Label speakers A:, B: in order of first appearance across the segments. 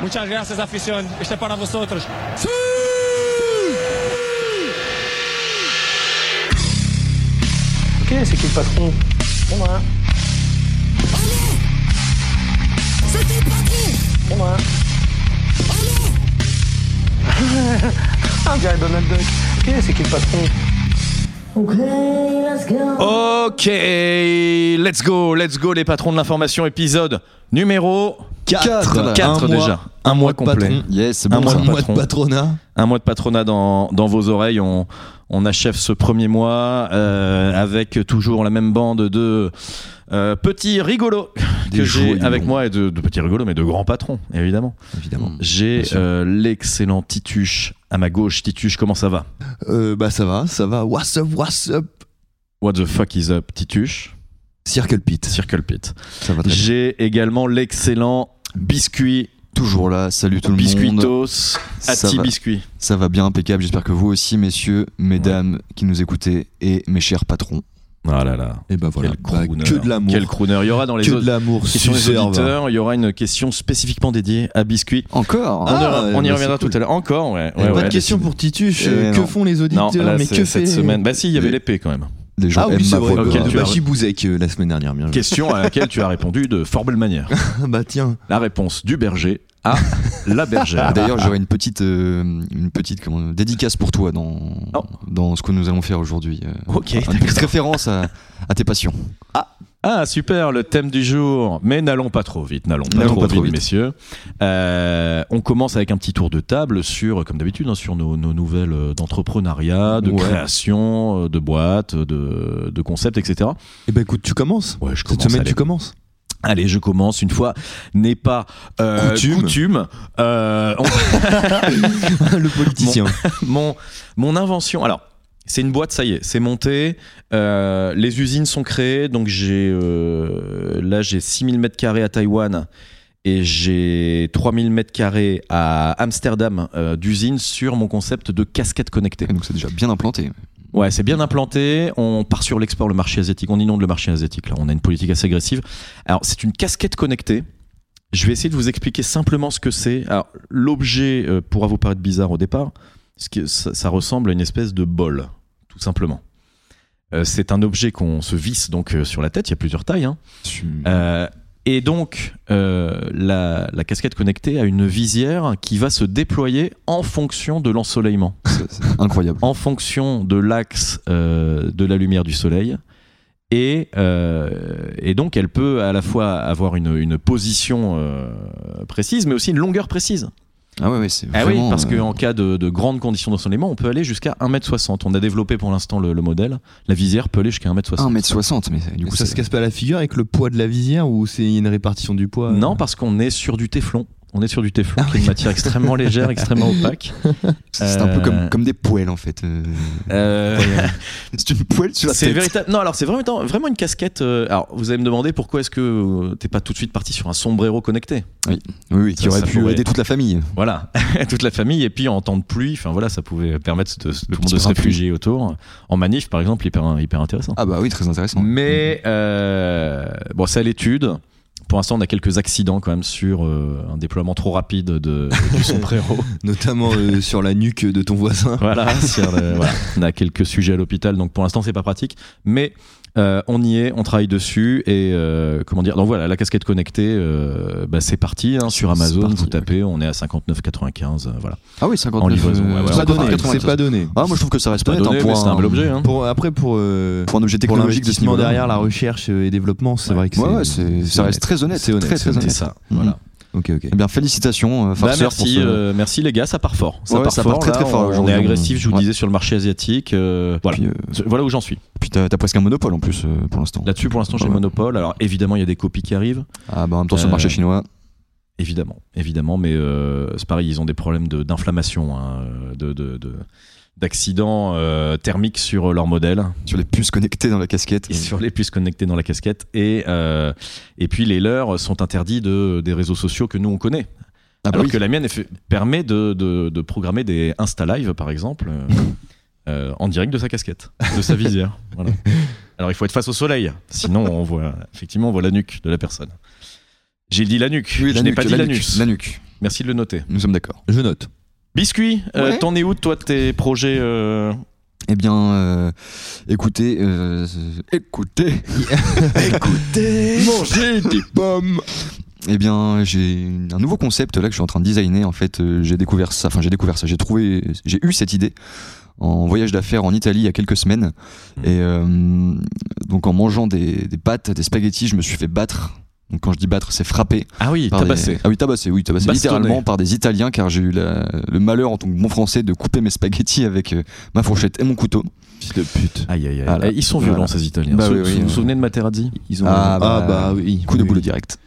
A: Muchas gracias, afición. Este es para vosotros.
B: Ok, c'est qui le patron C'est moi. C'est moi. Ah, on dirait Donald Duck. Ok, c'est qui le patron
C: Ok, let's go, Oh, let's go les patrons de l'information, épisode numéro
D: Quatre.
C: 4,
D: Un mois.
C: déjà. un mois complet.
D: Patron. Yes,
C: Un mois
D: bon, ça.
C: de patron.
D: patronat.
C: Un mois de patronat dans, dans vos oreilles, on, on achève ce premier mois euh, avec toujours la même bande de euh, petits rigolos
D: Des
C: que j'ai
D: jolis
C: avec
D: noms.
C: moi, et de, de petits rigolos mais de grands patrons évidemment.
D: Évidemment.
C: J'ai
D: Mm. Bien sûr.
C: euh, l'excellent Tituche à ma gauche. Tituche, comment ça va
D: Euh, bah ça va, ça va. What's up, what's up
C: What the fuck is up, Tituche
D: Circle Pit.
C: Circle Pit.
D: Ça va très bien.
C: J'ai également l'excellent Biscuit
D: Toujours là, salut tout le monde.
C: Biscuitos,
D: Ça
C: Atti
D: va,
C: Biscuit.
D: ça va bien, impeccable. J'espère que vous aussi, messieurs, mesdames qui nous écoutez et mes chers patrons.
C: Ah là là.
D: Et ben voilà,
C: Quel
D: Bah,
C: crooner.
D: que de l'amour.
C: Quel crooner. Il y aura dans les
D: Que de
C: autres
D: l'amour,
C: questions des
D: suceur, va.
C: auditeurs, il y aura une question spécifiquement dédiée à Biscuit.
D: Encore
C: on, y- on y reviendra tout
D: l'heure
C: à l'heure. Encore, ouais.
D: Et
C: ouais,
E: pas
C: ouais.
E: de question pour Tituche.
D: Eh
E: euh, que
D: non.
E: font les auditeurs
C: Non, là,
E: Mais
C: c'est-
E: que fait
C: cette semaine. Bah si, il y avait
D: Les-
C: l'épée quand même.
D: Les gens
E: Ah oui,
D: aiment
E: c'est
D: ma
E: vrai.
D: voix.
C: Ok,
E: de
C: tu as-
E: Bachi Bouzek euh, la semaine dernière. Bien joué.
C: Question à laquelle tu as répondu de fort belle manière.
D: Ah,
E: bah tiens.
C: La réponse du berger à la
E: Ah,
C: bergère.
D: D'ailleurs, j'aurais une petite, euh, une petite comment, dédicace pour toi dans,
C: Oh.
D: dans ce que nous allons faire aujourd'hui. euh,
C: Ok,
D: une petite référence à, à tes passions.
C: Ah super, le thème du jour. Mais n'allons pas trop vite, n'allons pas,
D: N'allons
C: trop,
D: pas trop
C: vite,
D: vite.
C: messieurs. Euh, on commence avec un petit tour de table sur, comme d'habitude, hein, sur nos, nos nouvelles euh, d'entrepreneuriat, de
D: Ouais.
C: création, euh, de boîtes, de, de concepts, etc.
E: Eh ben écoute, tu commences.
C: Ouais, je
E: Cette
C: commence.
E: semaine,
C: allez.
E: tu commences.
C: Allez, je commence. Une fois n'est pas euh,
E: Coutume.
C: coutume, euh, on-
E: le politicien.
C: mon, mon invention. Alors, c'est une boîte, ça y est, c'est monté. Euh, les usines sont créées. Donc, j'ai euh, là, j'ai 6000 mètres carrés à Taïwan et j'ai 3000 mètres carrés à Amsterdam euh, d'usines sur mon concept de casquette connectée.
D: Et donc, c'est déjà bien implanté.
C: Ouais, c'est bien implanté. On part sur l'export, le marché asiatique. On inonde le marché asiatique. Là, on a une politique assez agressive. Alors, c'est une casquette connectée. Je vais essayer de vous expliquer simplement ce que c'est. Alors, l'objet euh, pourra vous paraître bizarre au départ. Parce que ça, ça ressemble à une espèce de bol, tout simplement. Euh, c'est un objet qu'on se visse donc euh, sur la tête. Il y a plusieurs tailles. hein. Euh, et donc, euh, la, la casquette connectée a une visière qui va se déployer en fonction de l'ensoleillement
D: C'est- c'est incroyable.
C: en fonction de l'axe euh, de la lumière du soleil. Et, euh, et donc, elle peut à la fois avoir une, une position euh, précise, mais aussi une longueur précise.
D: Ah ouais, ouais, c'est
C: Ah oui,
D: vraiment,
C: parce
D: euh,
C: qu'en cas de, de grandes conditions d'ensoleillement, on peut aller jusqu'à 1m60. On a développé pour l'instant le, le modèle. La visière peut aller jusqu'à 1m60.
D: 1m60, mais du
E: Mais
D: coup,
E: ça
D: c'est-
E: se casse pas la figure avec le poids de la visière ou c'est une répartition du poids euh
C: Non, parce qu'on est sur du téflon. On est sur du téflon, qui est une matière extrêmement légère, extrêmement opaque.
D: c'est c'est un peu
C: Euh,
D: comme, comme des poêles en fait. euh,
C: Euh,
D: c'est une poêle sur la
C: C'est
D: tête.
C: véritable. Non, alors c'est vraiment, vraiment une casquette. euh, alors vous allez me demander pourquoi est-ce que euh, t'es pas tout de suite parti sur un sombrero connecté.
D: Oui, oui, qui
C: Ça,
D: aurait
C: ça
D: pu
C: pourrait-
D: aider toute la famille.
C: Voilà, toute la famille. Et puis en temps de pluie, enfin voilà, ça pouvait permettre de, tout le monde
D: petit
C: de se
D: brin de pluie.
C: réfugier autour. En manif, par exemple, hyper, hyper intéressant. Mm-hmm.
D: Ah bah oui, très intéressant.
C: Mm. Mais euh, bon, c'est à l'étude. Pour l'instant, on a quelques accidents quand même sur euh, un déploiement trop rapide de, du sombrero.
E: Notamment euh, sur la nuque de ton voisin.
C: voilà, sur le- voilà. Ah, on a quelques sujets à l'hôpital, donc pour l'instant c'est pas pratique, mais euh, on y est, on travaille dessus et euh, comment dire. Donc voilà, la casquette connectée, euh, bah, c'est parti hein, sur
D: C'est
C: Amazon.
D: parti,
C: vous
D: ouais.
C: tapez, on est à 59,95. euh, voilà.
D: Ah oui, 59
C: En livraison, ouais,
D: euh,
C: ouais,
E: C'est
C: on
E: pas
C: comprend.
E: donné.
D: 99.
E: C'est pas donné.
D: Ah, moi je trouve que ça reste honnête hein,
C: Donné, mais
D: pour
C: c'est un bel objet. hein.
E: Pour, après, pour, euh,
D: Pour un objet
E: pour
D: technologique de ce
E: l'investissement
D: niveau
E: derrière la recherche euh, et développement, c'est vrai que
D: Ouais, ouais,
E: c'est.
D: c'est- ça reste très honnête.
E: C'est honnête,
D: très,
E: c'est
D: très
C: C'est
D: honnête.
C: ça.
D: Mhm.
C: Voilà.
E: Ok, ok.
D: Eh bien, félicitations, euh,
C: Bah,
D: farceur, pour
C: merci,
D: ce-
C: euh, merci les gars, ça part fort. Ça
D: Ouais,
C: part
D: ça part
C: fort.
D: très,
C: là,
D: très fort
C: on- on est
D: aujourd'hui.
C: agressif, je vous
D: Ouais.
C: disais, sur le marché asiatique. euh, voilà.
D: Puis, euh,
C: Voilà où j'en suis.
D: puis t'as t'as presque un monopole en plus euh, pour l'instant.
C: Là-dessus, pour l'instant, j'ai le
D: Ouais.
C: monopole. Alors, évidemment, il y a des copies qui arrivent.
D: Ah bah en même temps sur le marché
C: Euh,
D: chinois.
C: Évidemment, évidemment, mais euh, c'est pareil, ils ont des problèmes de- d'inflammation, hein, de- de- de- d'accidents euh, thermiques sur leur modèle
D: sur les puces connectées dans la casquette.
C: et sur les puces connectées dans la casquette. Et, euh, et puis les leurs sont interdits de, des réseaux sociaux que nous on connaît.
D: Ah bah
C: alors
D: oui.
C: que la mienne est fait- permet de, de- de programmer des Insta Live par exemple euh, euh, en direct de sa casquette, de sa visière. Voilà. Alors il faut être face au soleil, sinon on voit effectivement on voit la nuque de la personne. J'ai dit la nuque,
D: Oui,
C: je
D: la
C: n'ai
D: nuque,
C: pas dit
D: la
C: l'anus.
D: nuque, La nuque.
C: Merci de le noter.
D: Nous sommes d'accord.
E: Je note.
C: Biscuit, euh,
D: Ouais.
C: t'en es où de toi de tes projets euh,
D: Eh bien, euh, écoutez, euh, écoutez, écoutez, mangez des pommes. Eh bien, j'ai un nouveau concept là que je suis en train de designer. En fait, euh, j'ai découvert ça. Enfin, j'ai découvert ça. J'ai trouvé, j'ai eu cette idée en voyage d'affaires en Italie il y a quelques semaines.
C: Hmm.
D: Et euh, donc, en mangeant des, des pâtes, des spaghettis, je me suis fait battre. Donc, quand je dis battre, c'est frapper
C: Ah oui,
D: par des-
C: tabassé.
D: Ah oui, tabassé, oui, tabassé
C: Bastonné.
D: littéralement par des Italiens, car j'ai eu la- le malheur en tant que bon français de couper mes spaghettis avec euh, ma fourchette et mon couteau.
E: Fils de pute.
C: Aïe, aïe, aïe.
D: Voilà.
C: Eh, Ils sont violents,
D: Ah Voilà.
C: ces Italiens.
D: Bah
C: Sou-
D: oui, oui,
C: sou- vous vous
D: oui.
C: souvenez de Materazzi
E: Ils ont
D: Ah,
E: ah,
D: bah,
E: bah oui.
D: Coup de
E: oui.
D: boulot direct.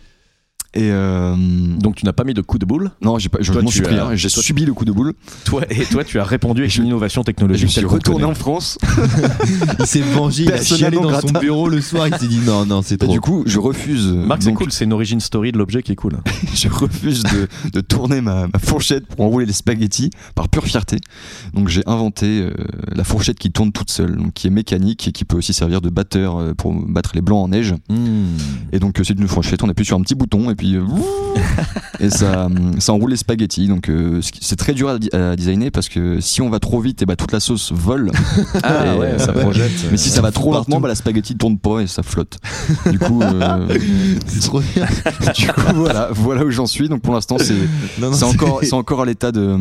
D: Et euh,
C: Donc tu n'as pas mis de coup de boule.
D: non, j'ai pas, je
C: Toi,
D: m'en
C: tu
D: suis pris,
C: as-
D: hein, j'ai
C: toi,
D: subi le coup de boule.
C: Toi, et toi, tu as répondu avec
D: Je-
C: une innovation technologique.
D: Je suis
C: qu'elle
D: retourné
C: reconnaît.
D: en France.
E: Il s'est vengé, il a
D: Persona
E: chialé
D: non
E: dans son
D: grata.
E: bureau le soir, il s'est dit non, non, c'est
D: Et
E: trop.
D: Bah, du coup, je refuse. euh,
C: Marc, c'est
D: donc,
C: cool, c'est une origin story de l'objet qui est cool.
D: je refuse de, de tourner ma, ma fourchette pour enrouler les spaghettis par pure fierté. Donc j'ai inventé euh, la fourchette qui tourne toute seule, donc qui est mécanique et qui peut aussi servir de batteur euh, pour battre les blancs en neige.
C: Hmm.
D: Et donc euh, c'est une fourchette, on appuie sur un petit bouton et puis euh, et ça, hum, ça enroule les spaghettis. Donc euh, ce qui- c'est très dur à, di- à designer parce que si on va trop vite, et bah, toute la sauce vole.
C: Ah
D: Et,
C: ouais,
D: euh,
C: ça projette.
D: Mais si ça va trop
E: partout.
D: lentement, bah, la spaghetti tourne pas et ça flotte. Du coup, euh,
E: C'est trop bien.
D: du coup, voilà, voilà où j'en suis. Donc pour l'instant c'est
E: Non, non,
D: c'est encore, c'est encore à l'état de,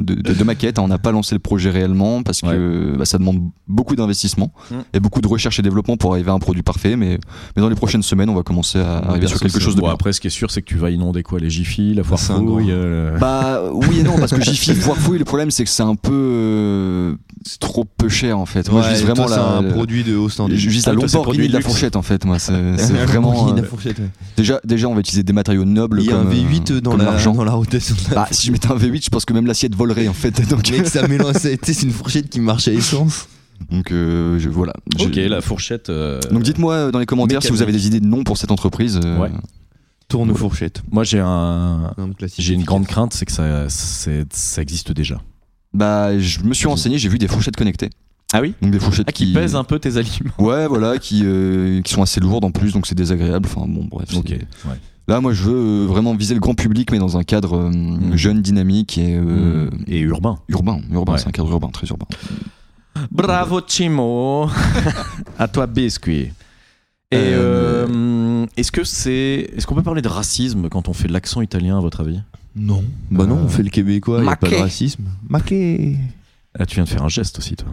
D: de, de- de maquette. hein. On n'a pas lancé le projet réellement parce que bah, ça demande beaucoup d'investissement
C: Mm.
D: et beaucoup de recherche et développement pour arriver à un produit parfait. Mais, mais dans les prochaines semaines, on va commencer
C: Ah,
D: à arriver sur quelque chose de
C: Bon,
D: bien.
C: après, ce qui est sûr, c'est que tu vas inonder quoi Les Jiffy, la foire
E: C'est un grand-
C: fouille. euh,
D: Bah oui et non parce que Jiffy Foire Fouille le problème c'est que c'est un peu euh, c'est trop peu cher en fait. Moi
E: Ouais,
D: je vise
E: toi,
D: vraiment
E: c'est
D: la
E: un
D: le-
E: produit de haut standard.
D: je vise
C: Ah,
D: la
C: toi, c'est produit
D: Lamborghini de la
C: luxe.
D: fourchette en fait moi c'est c'est
E: Lamborghini,
D: vraiment euh,
E: la fourchette, ouais.
D: déjà déjà on va utiliser des matériaux nobles
E: Il y a un
D: comme euh,
E: V8 dans
D: comme
E: la,
D: l'argent.
E: dans la rotation de la
D: Bah si je mettais un V8 je pense que même l'assiette volerait en fait donc
E: Mec, ça mélange. ça- tu sais, C'est une fourchette qui marche à essence.
D: donc euh, je, voilà. Je-
C: Ok, la fourchette. euh,
D: Donc dites-moi euh, dans les commentaires si vous avez des idées de noms pour cette entreprise. euh,
C: Ouais.
E: Tourne aux fourchettes.
C: Moi, j'ai un.
E: Un classique.
C: J'ai une grande crainte, c'est que ça, c'est- ça existe déjà.
D: Bah je me suis renseigné, j'ai vu des fourchettes connectées.
C: Ah oui
D: Donc des fourchettes
C: Ah, qui, pèse un peu tes aliments.
D: Ouais voilà qui euh, qui sont assez lourdes en plus donc c'est désagréable. Enfin bon bref. c'est-
C: Ok. ouais.
D: Là, moi, je veux euh, vraiment viser le grand public, mais dans un cadre euh,
C: Mm.
D: jeune, dynamique et euh,
C: Et urbain.
D: urbain. Urbain,
C: Mm. Ouais.
D: c'est un cadre urbain, très urbain.
C: Bravo Chimo À toi Biscuit. Et
D: Euh,
C: euh, est-ce que c'est est-ce qu'on peut parler de racisme quand on fait de l'accent italien à votre avis
E: Non. Bah non,
D: Euh,
E: on fait le québécois, il a pas de
D: maquet.
E: racisme. Maquet.
C: Ah, tu viens de faire un geste aussi toi.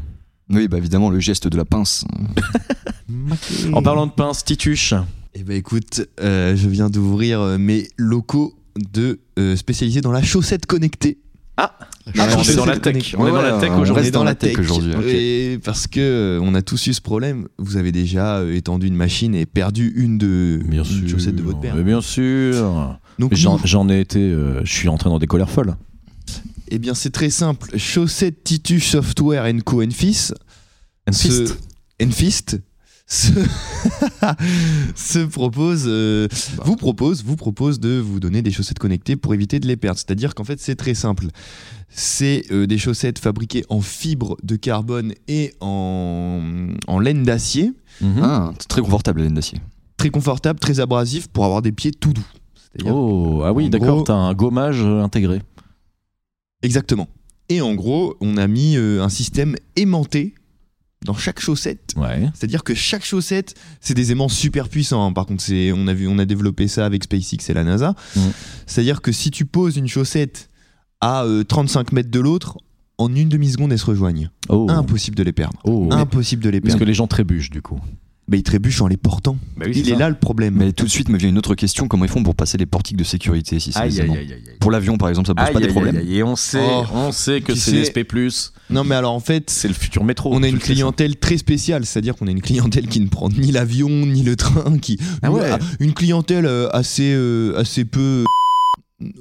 D: Oui, bah évidemment, le geste de la pince.
E: Ah,
C: Ah,
E: Maquet.
C: En parlant de pince Tituche,
E: Eh ben écoute, euh, je viens d'ouvrir euh, mes locaux de euh, spécialisés dans la chaussette connectée.
C: Ah.
E: La
C: Ah, on est
E: chaussette
C: dans la tech.
E: connectée.
C: On est dans la tech
E: On
C: aujourd'hui.
E: est dans la tech
D: aujourd'hui. ok.
E: Et parce que euh, on a tous eu ce problème. Vous avez déjà euh, étendu une machine et perdu une de
C: bien
E: une
C: sûr.
E: chaussette de votre père.
C: Mais bien sûr.
E: Donc
C: Mais J'en
E: nous,
C: j'en ai été euh, je suis entré dans des colères folles.
E: eh bien c'est très simple. Chaussette Titus Software Co Fils.
C: And
E: Ce-
C: fist.
E: Enfist se, se propose, euh,
C: Bah.
E: vous propose, vous propose de vous donner des chaussettes connectées pour éviter de les perdre. C'est-à-dire qu'en fait, c'est très simple. C'est euh, des chaussettes fabriquées en fibre de carbone et en, en laine d'acier,
C: Mhm.
D: Ah, c'est très confortable, la laine d'acier.
E: très confortable, très abrasif pour avoir des pieds tout doux. C'est-à-dire-
C: Oh, ah
E: En
C: oui, d'accord,
E: gros-
C: t'as un gommage euh, intégré.
E: Exactement. Et en gros, on a mis euh, un système aimanté dans chaque chaussette
C: Ouais.
E: C'est-à-dire que chaque chaussette, c'est des aimants super puissants. hein. Par contre, c'est, on a vu, on a développé ça avec SpaceX et la NASA.
C: Mm.
E: C'est-à-dire que si tu poses une chaussette à euh, 35 mètres de l'autre, en une demi-seconde, elles se rejoignent.
C: Oh.
E: Impossible de les perdre.
C: Oh.
E: Impossible de les
C: Parce Bah
E: perdre.
C: que les gens trébuchent du coup.
E: Mais ils trébuchent en les portant. Il est là le problème.
D: Mais tout de suite me vient une autre question comment ils font pour passer les portiques de sécurité si c'est
C: Aïe, aïe,
D: aisément
C: aïe, aïe, aïe.
D: Pour l'avion, par exemple, ça pose
C: Aïe,
D: pas des
C: aïe,
D: problèmes.
C: aïe, aïe. Et on sait,
E: Oh.
C: on sait que
E: Tu
C: c'est
E: sais-
C: SP+.
E: Non, mais alors en fait,
C: C'est le futur métro.
E: on a
C: toutes
E: une
C: les cinq-
E: clientèle très spéciale. C'est-à-dire qu'on a une clientèle qui ne prend ni l'avion ni le train, qui
C: Ah ouais.
E: une clientèle euh, assez euh, assez peu. euh,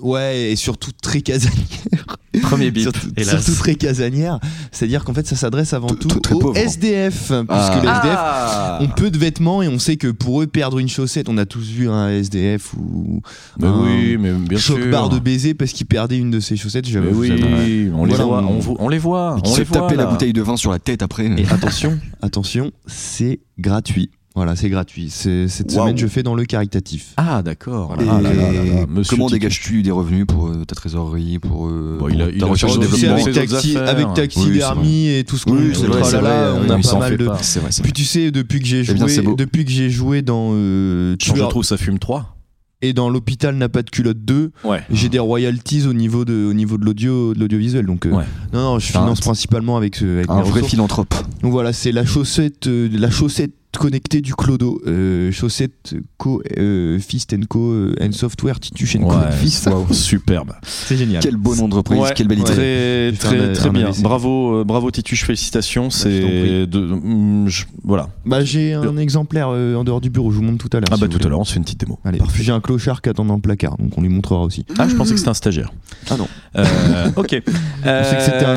E: Ouais, et surtout très casanière.
C: Premier bip,
E: surtout,
C: hélas.
E: surtout très casanière. C'est-à-dire qu'en fait, ça s'adresse avant
D: Tout-
E: tout
D: tout très
E: aux
D: pauvre.
E: SDF, hein,
D: Ah.
E: puisque les SDF
C: Ah.
E: ont peu de vêtements et on sait que pour eux, perdre une chaussette, on a tous vu un SDF ou
C: Mais
E: un
C: Bah oui, mais bien sûr.
E: choc-barre de baiser parce qu'il perdait une de ses chaussettes.
C: Mais
E: J'avais
C: oui,
E: j'avais-
C: on les
E: Voilà,
C: voit,
E: on-
C: on, vo- on les voit,
D: Qui
C: on
D: se
C: les voit.
D: taper la
C: là.
D: bouteille de vin sur la tête après.
E: Et attention, attention, c'est gratuit. Voilà, c'est gratuit. C'est- Cette
C: Waouh.
E: semaine, je fais dans le caritatif.
C: Ah, d'accord.
E: Voilà.
C: Ah là là là
D: Et
C: là, monsieur
D: comment
C: Tito.
D: dégages-tu des revenus pour euh, ta trésorerie, pour euh,
C: Bon, il a-
D: pour
C: il
D: ta
C: a
D: recherche et
C: raison,
E: Aujourd'hui,
C: c'est
D: développement
E: avec
C: développement.
E: taxi,
C: Affaires.
E: avec taxi
D: Oui, c'est
E: Dermi et tout ce qu'on
D: Oui,
E: montre,
D: c'est vrai,
E: oh là
D: c'est
E: là,
D: vrai,
E: on
D: oui,
E: a
D: il
E: pas
C: s'en
E: mal
C: fait
E: de.
C: pas. C'est vrai, c'est
E: Puis tu sais, depuis que j'ai
D: Eh bien, c'est
E: joué,
D: beau.
E: depuis que j'ai joué dans euh,
C: Change de
E: Tueur
C: trou, ça fume 3.
E: et dans l'hôpital n'a pas de culotte 2,
C: Ouais.
E: j'ai des royalties au niveau de au niveau de l'audio de l'audiovisuel. Donc euh,
C: Ouais.
E: non, non, je
D: T'as un-
E: finance principalement avec, ce, avec mes
D: Un vrai
E: ressources.
D: philanthrope.
E: Donc voilà, c'est la chaussette, euh, la chaussette connectée du clodo, Euh, chaussette co euh, fist and co euh, and software Titus and Co.
C: Ouais,
E: Fist.
C: waouh, superbe.
E: C'est génial.
D: Quel bon nom de reprise,
C: Ouais,
D: quelle belle idée.
C: Très,
E: J'ai fait
C: très,
E: un-
C: très
E: un
C: bien.
E: AVC.
C: Bravo, euh, bravo Titus, félicitations.
E: je t'en
C: C'est
E: prie.
C: de, mm, je- voilà.
E: Bah j'ai un exemplaire euh, en dehors du bureau, je vous montre tout à l'heure.
C: Ah
E: si
C: bah
E: vous
C: tout à
E: voulez.
C: l'heure, on se fait une petite démo.
E: Allez,
C: Parfait.
E: j'ai un clochard qui attend dans le placard, donc on lui montrera aussi.
C: Ah, je pensais que c'était un stagiaire.
D: Ah non.
C: Euh, ok. Euh,
E: Je sais que c'était un-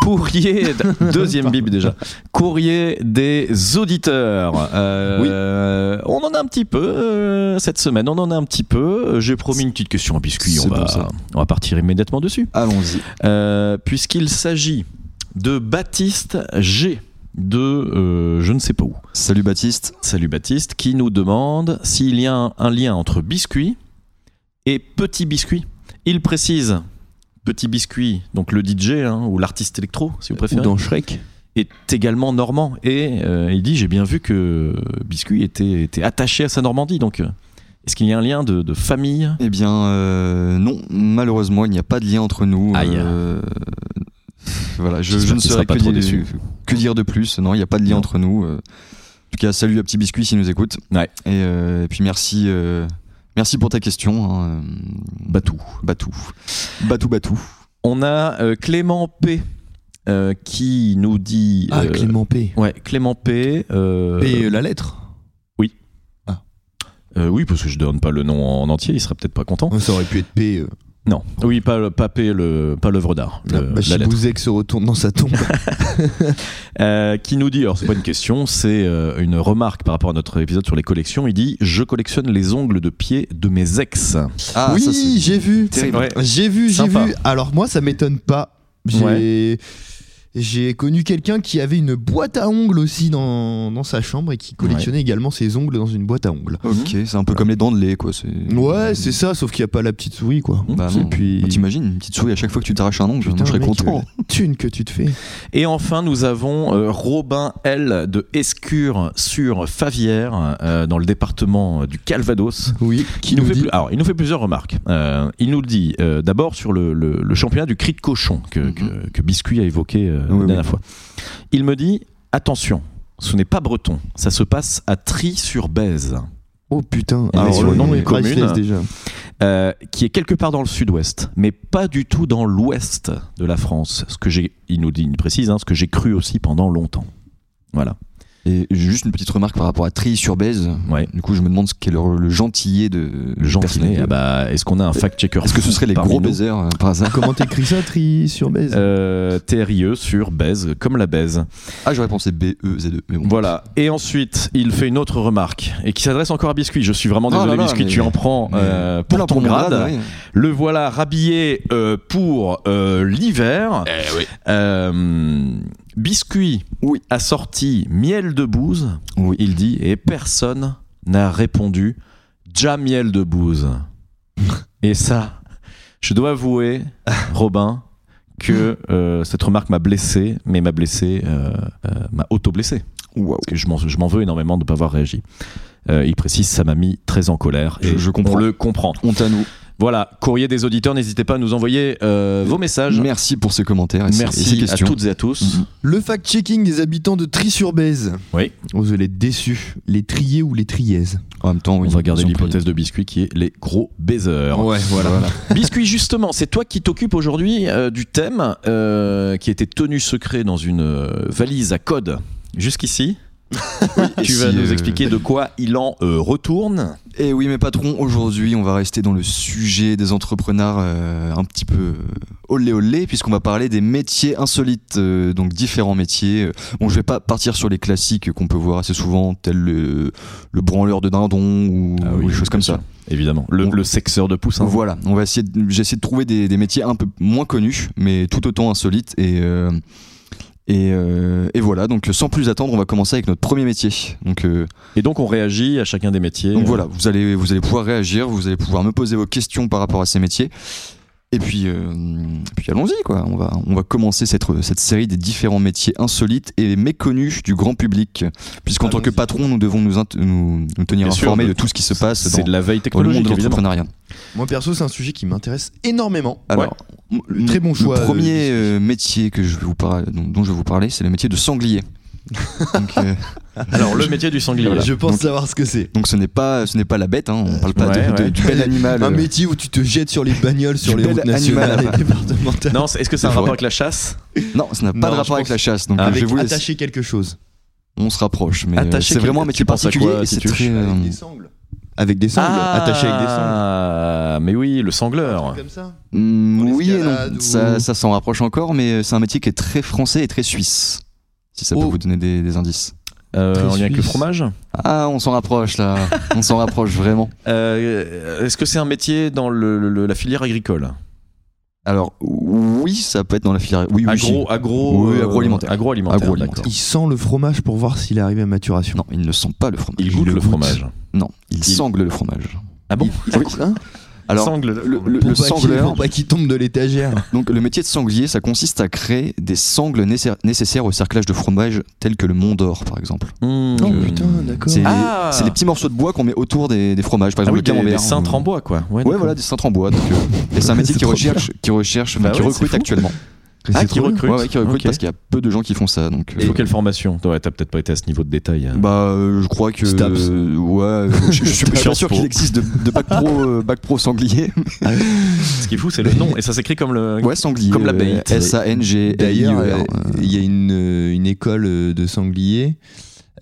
C: Courrier, deuxième bip déjà. Courrier des auditeurs. Euh, On en a un petit peu euh, cette semaine. On en a un petit peu. J'ai promis une petite question à biscuit. On
D: C'est
C: va,
D: bon, ça.
C: on va partir immédiatement dessus.
D: Allons-y.
C: Euh, puisqu'il s'agit de Baptiste G de euh, je ne sais pas où.
D: Salut Baptiste.
C: Salut Baptiste, qui nous demande s'il y a un, un lien entre biscuit et petit biscuit. Il précise petit biscuit, donc le DJ hein, ou l'artiste électro, si vous préférez,
E: Shrek.
C: est également normand. Et euh, il dit j'ai bien vu que biscuit était, était attaché à sa Normandie. Donc euh, est-ce qu'il y a un lien de, de famille
D: Eh bien, euh, non, malheureusement, il n'y a pas de lien entre nous.
C: Aïe.
D: Euh, voilà, je,
C: J'espère
D: je ne
C: qu'il sera
D: saurais
C: pas
D: que,
C: trop
D: dire-
C: déçu.
D: que dire de plus. Non, il n'y a pas de lien
C: Non.
D: entre nous. euh. En tout cas, salut à Petit Biscuit s'il nous écoute.
C: Ouais.
D: Et, euh, et puis merci, euh, merci pour ta question. hein, euh,
C: Batou.
D: Batou. Batou, Batou.
C: On a euh, Clément P. euh, qui nous dit
E: Ah,
C: euh,
E: Clément P.
C: Ouais, Clément P. euh,
E: Et la lettre
C: euh, oui, parce que je donne pas le nom en entier, il serait peut-être pas content.
E: Ça aurait pu être P. euh.
C: Non, oui, pas, le- pas P, le, pas l'œuvre d'art, le-
E: Ah, bah,
C: euh, la lettre.
E: Chibouzek se retourne dans sa tombe.
C: Euh, qui nous dit, alors c'est pas une question, c'est euh, une remarque par rapport à notre épisode sur les collections. Il dit Je collectionne les ongles de pied de mes ex.
D: Ah, ça, c'est-
E: oui, j'ai vu.
D: terrible.
C: Ouais.
E: J'ai vu, j'ai
C: Sympa.
E: vu. Alors moi, ça m'étonne pas. J'ai j'ai connu quelqu'un qui avait une boîte à ongles aussi dans, dans sa chambre et qui collectionnait également ses ongles dans une boîte à ongles.
C: Mhm.
D: Ok, c'est un peu comme les dents de lait, quoi. c'est-
E: Ouais, c'est ça, sauf qu'il n'y a pas la petite souris, quoi.
D: Bah
E: et
D: non.
E: puis...
D: Oh, T'imagines une petite souris à chaque fois que tu t'arraches un ongle,
E: Putain,
D: moi, je serais
E: mec,
D: content.
E: euh, thune que tu te fais.
C: Et enfin, nous avons euh, Robin L. de Escure sur Favière, euh, dans le département du Calvados.
E: Oui,
C: qui nous fait plus- alors, il nous fait plusieurs remarques. Euh, il nous le dit euh, d'abord sur le, le- le championnat du cri de cochon que,
D: Mhm.
C: que- que Biscuit a évoqué euh,
D: Oui,
C: la dernière
D: oui.
C: fois. Il me dit attention, ce n'est pas breton, ça se passe à Tri-sur-Bèze,
E: Oh putain,
C: Et
E: alors
D: sur
E: le
D: le
E: nom
D: nom
E: est
D: des
E: priceless
C: communes.
E: déjà.
C: euh, qui est quelque part dans le sud-ouest, mais pas du tout dans l'ouest de la France. Ce que j'ai, il nous dit, il précise, hein, ce que j'ai cru aussi pendant longtemps. Voilà.
D: Et juste une petite remarque par rapport à Tri sur Bèze.
C: Ouais.
D: Du coup, je me demande ce qu'est le, le gentillet de.
C: Le gentilé,
D: personnel.
C: ah bah, est-ce qu'on a un fact-checker
D: Est-ce que ce
C: fou
D: seraient les
C: parmi
D: gros
C: nous
D: baisers euh, par hasard
E: Comment t'écris ça, Tri sur Baise
C: Euh, TRIE sur Bèze, comme la Bèze.
D: Ah, j'aurais pensé B-E-Z-E. E, Mais bon.
C: Voilà. Et ensuite, il fait une autre remarque et qui s'adresse encore à Biscuit. Je suis vraiment
D: Oh
C: désolé,
D: là là,
C: Biscuit,
D: mais-
C: tu en prends
D: mais-
C: euh, pour
D: Plein bah
C: ton
D: mon
C: grade.
D: ouais.
C: Le voilà rhabillé euh, pour euh, l'hiver. Euh, Biscuit
D: Oui.
C: a sorti miel de bouse.
D: Oui.
C: Il dit et personne n'a répondu. Ja miel de bouse. et ça, je dois avouer, Robin. Que euh, cette remarque m'a blessé, mais m'a blessé, euh, euh, m'a auto-blessé
D: Waouh.
C: parce que je m'en- je m'en veux énormément de ne pas avoir réagi. Euh, il précise, ça m'a mis très en colère.
D: Je-
C: Et
D: je comprends.
C: On le comprend.
D: Honte à nous.
C: Voilà, courrier des auditeurs, n'hésitez pas à nous envoyer euh, vos messages.
D: Merci pour ces commentaires et ces- et ces
C: Merci à
D: questions.
C: toutes et à tous.
D: Mhm.
E: Le fact-checking des habitants de Tri-sur-Bèze.
C: Oui.
E: Oh, Vous allez être déçus. Les triés ou les triaises.
D: En même temps, oui,
C: On va garder
D: ils ont
C: l'hypothèse de Biscuit qui est les gros baiseurs.
E: Ouais, voilà.
C: Biscuit, justement, c'est toi qui t'occupes aujourd'hui euh, du thème euh, qui était tenu secret dans une euh, valise à code jusqu'ici.
D: pris-
C: tu
D: Et
C: vas
D: si,
C: nous
D: euh,
C: expliquer de quoi il en euh, retourne.
D: Eh oui, mes patrons, aujourd'hui, on va rester dans le sujet des entrepreneurs euh, un petit peu euh, olé olé, puisqu'on va parler des métiers insolites, euh, donc différents métiers. Euh, Bon, je vais pas partir sur les classiques qu'on peut voir assez souvent, tels le, le branleur de dindon ou,
C: Ah oui,
D: ou des choses comme
C: bien
D: ça.
C: sûr. Évidemment. Le,
D: On-
C: le sexeur de pouce. hein.
D: Voilà, on va essayer. de- J'essaie de trouver des, des métiers un peu moins connus, mais tout autant insolites et euh, Et, euh, et voilà, donc sans plus attendre, on va commencer avec notre premier métier. Donc, euh,
C: Et donc on réagit à chacun des métiers.
D: donc voilà, vous allez, vous allez pouvoir réagir, vous allez pouvoir me poser vos questions par rapport à ces métiers. Et puis, euh, et puis allons-y, quoi. On va, on va commencer cette, cette série des différents métiers insolites et méconnus du grand public. Puisqu'en tant que
E: Allons-y.
D: patron, nous devons nous, int- nous, nous tenir
C: Ah, Bien sûr,
D: informés
C: de-
D: de tout ce qui se passe
C: C'est
D: dans,
C: de la veille
D: dans le monde
C: technologique,
D: de
C: évidemment.
D: l'entrepreneuriat.
E: Moi perso, c'est un sujet qui m'intéresse énormément.
D: Alors, m-
E: Le très bon choix,
D: Le premier
E: euh,
D: euh, métier que je vais vous par- dont, dont je vais vous parler, c'est le métier de sanglier. donc, euh,
C: Alors le métier du sanglier.
E: Je pense
D: Donc-
E: savoir ce que c'est.
D: donc ce n'est pas, ce n'est pas la bête, hein, on parle pas de-
C: Ouais,
D: de-
C: ouais.
D: du bel animal.
E: Un
D: euh,
E: métier où tu te jettes sur les bagnoles, sur
D: Du
E: les
D: bel
E: routes nationales
D: animal.
E: et départementales.
C: Non, c'est- est-ce que c'est un
D: C'est
C: rapport
D: vrai.
C: avec la chasse
D: Non, ça n'a pas
E: Non,
D: de
E: je
D: rapport avec
E: pense- Ah,
D: la chasse. Donc euh, je
E: Avec
D: vais vous laisser-
E: attacher quelque chose.
D: On se rapproche, mais euh,
C: Attacher
D: c'est vraiment
C: quelqu'un-
D: un métier
C: tu penses à
D: particulier.
C: quoi,
D: et c'est
C: Tituche
D: très, euh,
E: sangles. Avec des sangles, attaché avec des sangles.
C: Ah, mais oui, le sangleur.
E: Comme ça.
D: mm,
E: Pour
D: oui et non.
E: l'escalade ou-
D: Ça, ça s'en rapproche encore, mais euh, c'est un métier qui est très français et très suisse. Si ça peut
E: Oh.
D: vous donner des, des indices.
C: Euh,
E: Très
C: en lien avec le
E: suisse.
C: fromage.
D: Ah, on s'en rapproche là. on s'en rapproche vraiment.
C: Euh, est-ce que c'est un métier dans le- le- la filière agricole
D: Alors oui, ça peut être dans la filière. Oui, oui,
C: Agro,
D: si.
C: agro,
D: Oui,
C: euh,
D: agroalimentaire.
C: agroalimentaire,
D: Agroalimentaire.
C: d'accord.
E: Il sent le fromage pour voir s'il est arrivé à maturation.
D: Non, il ne sent pas le fromage.
C: Il goûte
D: le
C: le fromage.
D: Non, il,
C: Il-
D: sangle le fromage.
C: Ah bon
E: Hein
D: Alors
C: Sangle,
D: le, le-
E: Pour
D: le
E: pas qu'il-
D: sangleur,
E: pour pas qu'il tombe de l'étagère.
D: donc le métier de sanglier, ça consiste à créer des sangles nécessaires- nécessaires au cerclage de fromage, tels que le Mont d'Or, par exemple.
C: Hmm.
E: Oh, putain, d'accord.
D: C'est
C: Ah.
D: c'est des petits morceaux de bois qu'on met autour des, des fromages, par
C: Ah
D: exemple
C: oui,
D: le
C: des,
D: camembert.
C: des cintres en bois, quoi. Ouais,
D: Ouais,
C: d'accord.
D: voilà, des cintres en bois. donc, euh, et c'est un métier
E: C'est
D: qui
E: trop
D: recherche, qui recherche, enfin,
C: Bah
D: qui
C: ouais, c'est
D: recrute
C: fou.
D: actuellement.
C: Ah,
E: C'est
C: qui
E: trop bien.
C: recrute.
D: Ouais, ouais, qui recrute
C: Ok.
D: parce qu'il y a peu de gens qui font ça. Donc, euh,
C: Il faut quelle formation Toi, t'as peut-être pas été à ce niveau de détail. hein.
D: bah, euh, je crois que
E: Stabs.
D: euh, ouais, euh, je, je suis je suis pas
C: Sciences
D: sûr
C: Po.
D: qu'il existe de, de bac pro, euh, bac pro sanglier.
C: Ce qui est fou, c'est le nom. Et ça s'écrit comme le.
D: Ouais, sanglier.
C: Comme la
D: euh,
C: bête.
D: S A N G. E
E: D'ailleurs, euh, il y a une, euh, une école euh, de sangliers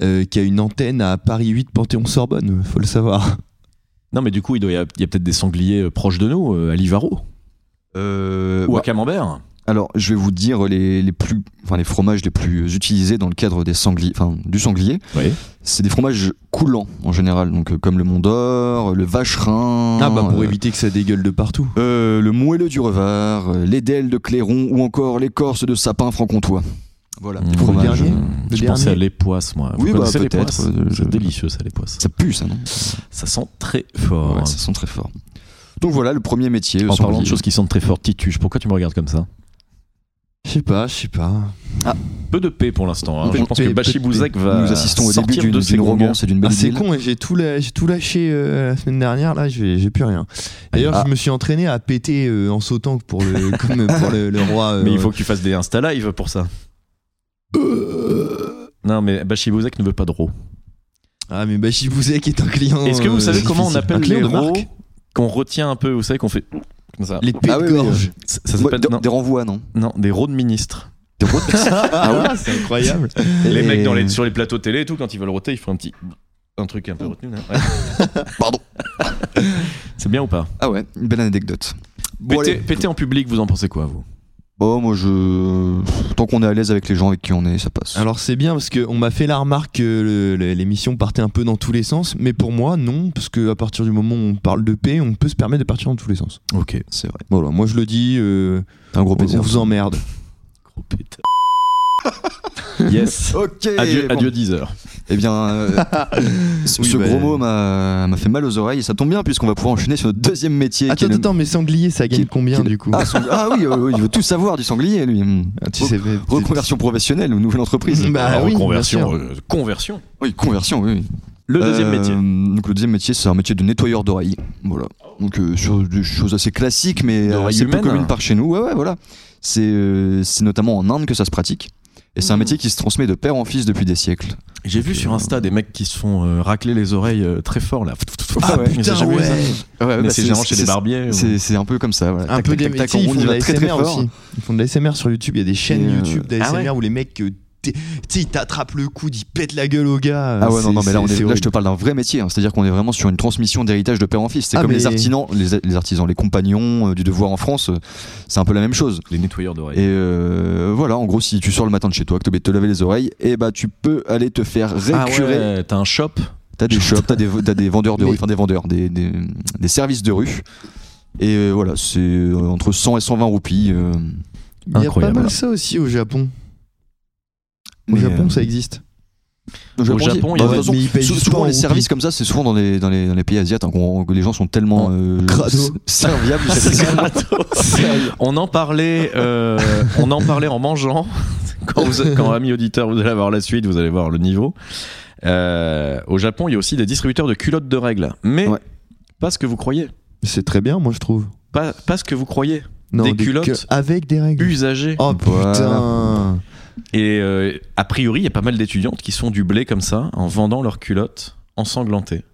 E: euh, qui a une antenne à Paris 8 Panthéon-Sorbonne, faut le savoir.
C: Non, mais du coup, il doit y a, il y a peut-être des sangliers euh, proches de nous, euh, à Livaro
E: euh,
C: ou
E: bah,
C: à Camembert.
D: Alors, je vais vous dire les, les plus, enfin les fromages les plus utilisés dans le cadre des sangliers, enfin du sanglier.
C: Oui.
D: C'est des fromages coulants en général, donc euh, comme le Mont d'Or, le Vacherin.
E: Ah bah pour
D: euh,
E: éviter que ça dégueule de partout.
D: euh, le moelleux du Revard, euh, les d'ailes de Clairon ou encore l'écorce de sapin franc-comtois. Voilà.
C: Mmh.
D: des
E: Pour le
D: fromages,
E: dernier
D: euh,
E: Le
C: Je pensais à
E: dernier.
C: l'époisse, moi. Vous
D: Oui, bah,
C: connaissez
D: peut-être,
C: l'époisse
D: euh, je-
C: C'est délicieux, ça, l'époisse.
D: euh, Ça pue, ça, non
C: Ça sent très
E: Oh,
C: fort.
D: Ouais, ça sent très fort. Donc voilà le premier métier. euh,
C: en
D: sans
C: parlant de
D: oublier.
C: choses qui sentent très fort, Tituche, pourquoi tu me regardes comme ça
E: Je sais pas, je sais pas.
C: Peu de paix pour l'instant. hein.
E: Peu
C: Je
E: de
C: pense
E: paix,
C: que
E: peu de
C: Bachi
E: paix.
C: Bouzek va.
D: Nous assistons au début
C: sortir
D: d'une
C: de ses
D: d'une romance et d'une belle
E: Ah, c'est
D: idylle.
E: con, hein, j'ai tout, la- j'ai tout lâché euh, la semaine dernière, là j'ai j'ai plus rien. D'ailleurs
D: Ah.
E: je me suis entraîné à péter euh, en sautant pour le, comme pour le, le roi. euh,
C: Mais il faut que tu fasses des Insta Live pour ça.
E: Euh.
C: Non, mais Bachi Bouzek ne veut pas de roux.
E: Ah mais Bachi Bouzek est un client.
C: Est-ce que
E: euh,
C: vous savez comment on
E: difficile. Un
C: appelle
E: client
C: les
E: de
C: roux
E: marque
C: qu'on retient un peu Vous savez qu'on fait. Comme ça.
E: Les pets
D: Ah oui,
E: de
D: oui,
E: gorge.
C: Ça, ça
D: Ouais,
C: s'appelle.
D: des-
C: non,
D: des renvois, non
C: non, des roux de ministres.
E: Ah ouais, c'est incroyable.
C: Les
D: Et-
C: mecs dans les, sur les plateaux télé et tout, quand ils veulent roter, ils font un petit. Un truc un peu retenu. là. Ouais.
D: Pardon.
C: C'est bien ou pas
D: Ah ouais, une belle anecdote. Bon,
C: péter,
D: allez.
C: péter en public, vous en pensez quoi, vous
D: Bon, moi je. Tant qu'on est à l'aise avec les gens avec qui on est, ça passe.
E: Alors c'est bien parce qu'on m'a fait la remarque que le- le- l'émission partait un peu dans tous les sens, mais pour moi non, parce qu'à partir du moment où on parle de paix, on peut se permettre de partir dans tous les sens.
C: Ok.
D: c'est vrai.
E: Voilà, moi je le dis, euh,
D: Un gros
E: on,
D: plaisir.
E: on vous emmerde.
C: Ah, Gros pétard. yes.
D: Ok.
C: Adieu,
D: bon.
C: adieu 10 heures.
D: Eh bien, euh, ce
E: Oui,
D: ce
E: bah,
D: gros
E: euh.
D: mot m'a m'a fait mal aux oreilles et ça tombe bien puisqu'on va pouvoir enchaîner sur notre deuxième métier. qui
E: Attends,
D: est le-
E: attends, mais sanglier, ça
D: qui est-
E: gagne combien
D: qui est-
E: du coup
D: Ah, son- ah oui, euh, il veut tout savoir du sanglier lui.
E: Ah, Tu sais, mais-
D: Reconversion professionnelle ou nouvelle entreprise.
E: Bah
C: Alors,
E: oui,
C: conversion.
E: bien sûr.
C: euh, conversion.
D: Oui, conversion, oui. oui.
C: Le deuxième
D: Euh,
C: métier.
D: Donc le deuxième métier, c'est un métier de nettoyeur d'oreilles. Voilà. Donc euh, sur des choses assez classiques, mais euh,
C: D'oreilles
D: assez peu
C: humaines.
D: communes par chez nous. Ouais, ouais, voilà. C'est euh, c'est notamment en Inde que ça se pratique. Et
E: Mmh.
D: c'est un
C: Mhm.
D: métier qui se transmet de père en fils depuis des siècles.
C: J'ai vu sur Insta des mecs qui se font euh, racler les oreilles euh, très fort là.
D: Ah ouais.
C: Mais ça, j'ai
E: Putain,
C: jamais vu ça.
E: ouais.
D: Ouais, ouais,
C: Mais
D: bah,
C: c'est généralement chez
D: c'est-
C: des barbiers. ou-
D: C'est c'est un peu comme ça. Voilà.
E: Un
D: Tac,
E: peu
D: tac,
E: des
D: tac, tac,
E: tu sais,
D: on
E: ils font
D: y
E: de
D: va
E: la
D: très, très
E: SMR
D: fort.
E: aussi. Ils font de la SMR sur YouTube, il y a des chaînes
D: Et, euh,
E: YouTube
C: ah
E: d'ASMR
C: ouais.
E: où les mecs euh, t'es- tu sais, ils t'attrapent le coude, ils pètent la gueule au gars.
D: Ah ouais,
E: c'est-
D: non, non, mais là, on
E: c'est-
D: est,
E: c'est
D: là je te
E: horrible.
D: parle d'un vrai métier. hein. C'est-à-dire qu'on est vraiment sur une transmission d'héritage de père en fils. C'est
E: Ah,
D: comme
E: mais-
D: les artisans, les, les artisans, les compagnons euh, du devoir en France. euh, c'est un peu la même chose.
C: Les nettoyeurs d'oreilles.
D: Et euh, voilà, en gros, si tu sors le matin de chez toi, que tu oublies de te laver les oreilles, et bah tu peux aller te faire
C: Ah
D: récurer.
C: ouais, t'as un shop.
D: T'as des shops, t'as des, t'as des vendeurs de
E: Mais-
D: rue, enfin des vendeurs, des, des, des services de rue. Et euh, voilà, c'est euh, entre 100 et 120 roupies. euh.
E: Il y a pas
C: Incroyable.
E: mal ça aussi au Japon. Au
D: Mais,
E: Japon,
D: euh,
E: ça existe.
C: Au Japon, il y a
D: bah,
C: des
D: de toute
E: mais ils payent
D: façon, sou-
E: juste pas
D: souvent
E: en
D: les
E: roupies.
D: services comme ça, c'est souvent dans les, dans les, dans les pays asiatiques qu'on- que les gens sont tellement
C: En
D: euh,
E: Ah, crado.
D: s- serviables. c'est-
C: on en parlait, euh, on en parlait en mangeant. Quand, vous, quand amis auditeurs, vous allez voir la suite, vous allez voir le niveau. Euh, au Japon, il y a aussi des distributeurs de culottes de règles, mais
D: Ouais.
C: pas ce que vous croyez,
E: C'est très bien, moi, je trouve.
C: pas, pas ce que vous croyez, Des culottes
E: que- avec des règles.
C: usagées.
E: Oh
D: Voilà.
E: putain.
C: Et euh, a priori, il y a pas mal d'étudiantes qui sont du blé comme ça en vendant leurs culottes ensanglantées.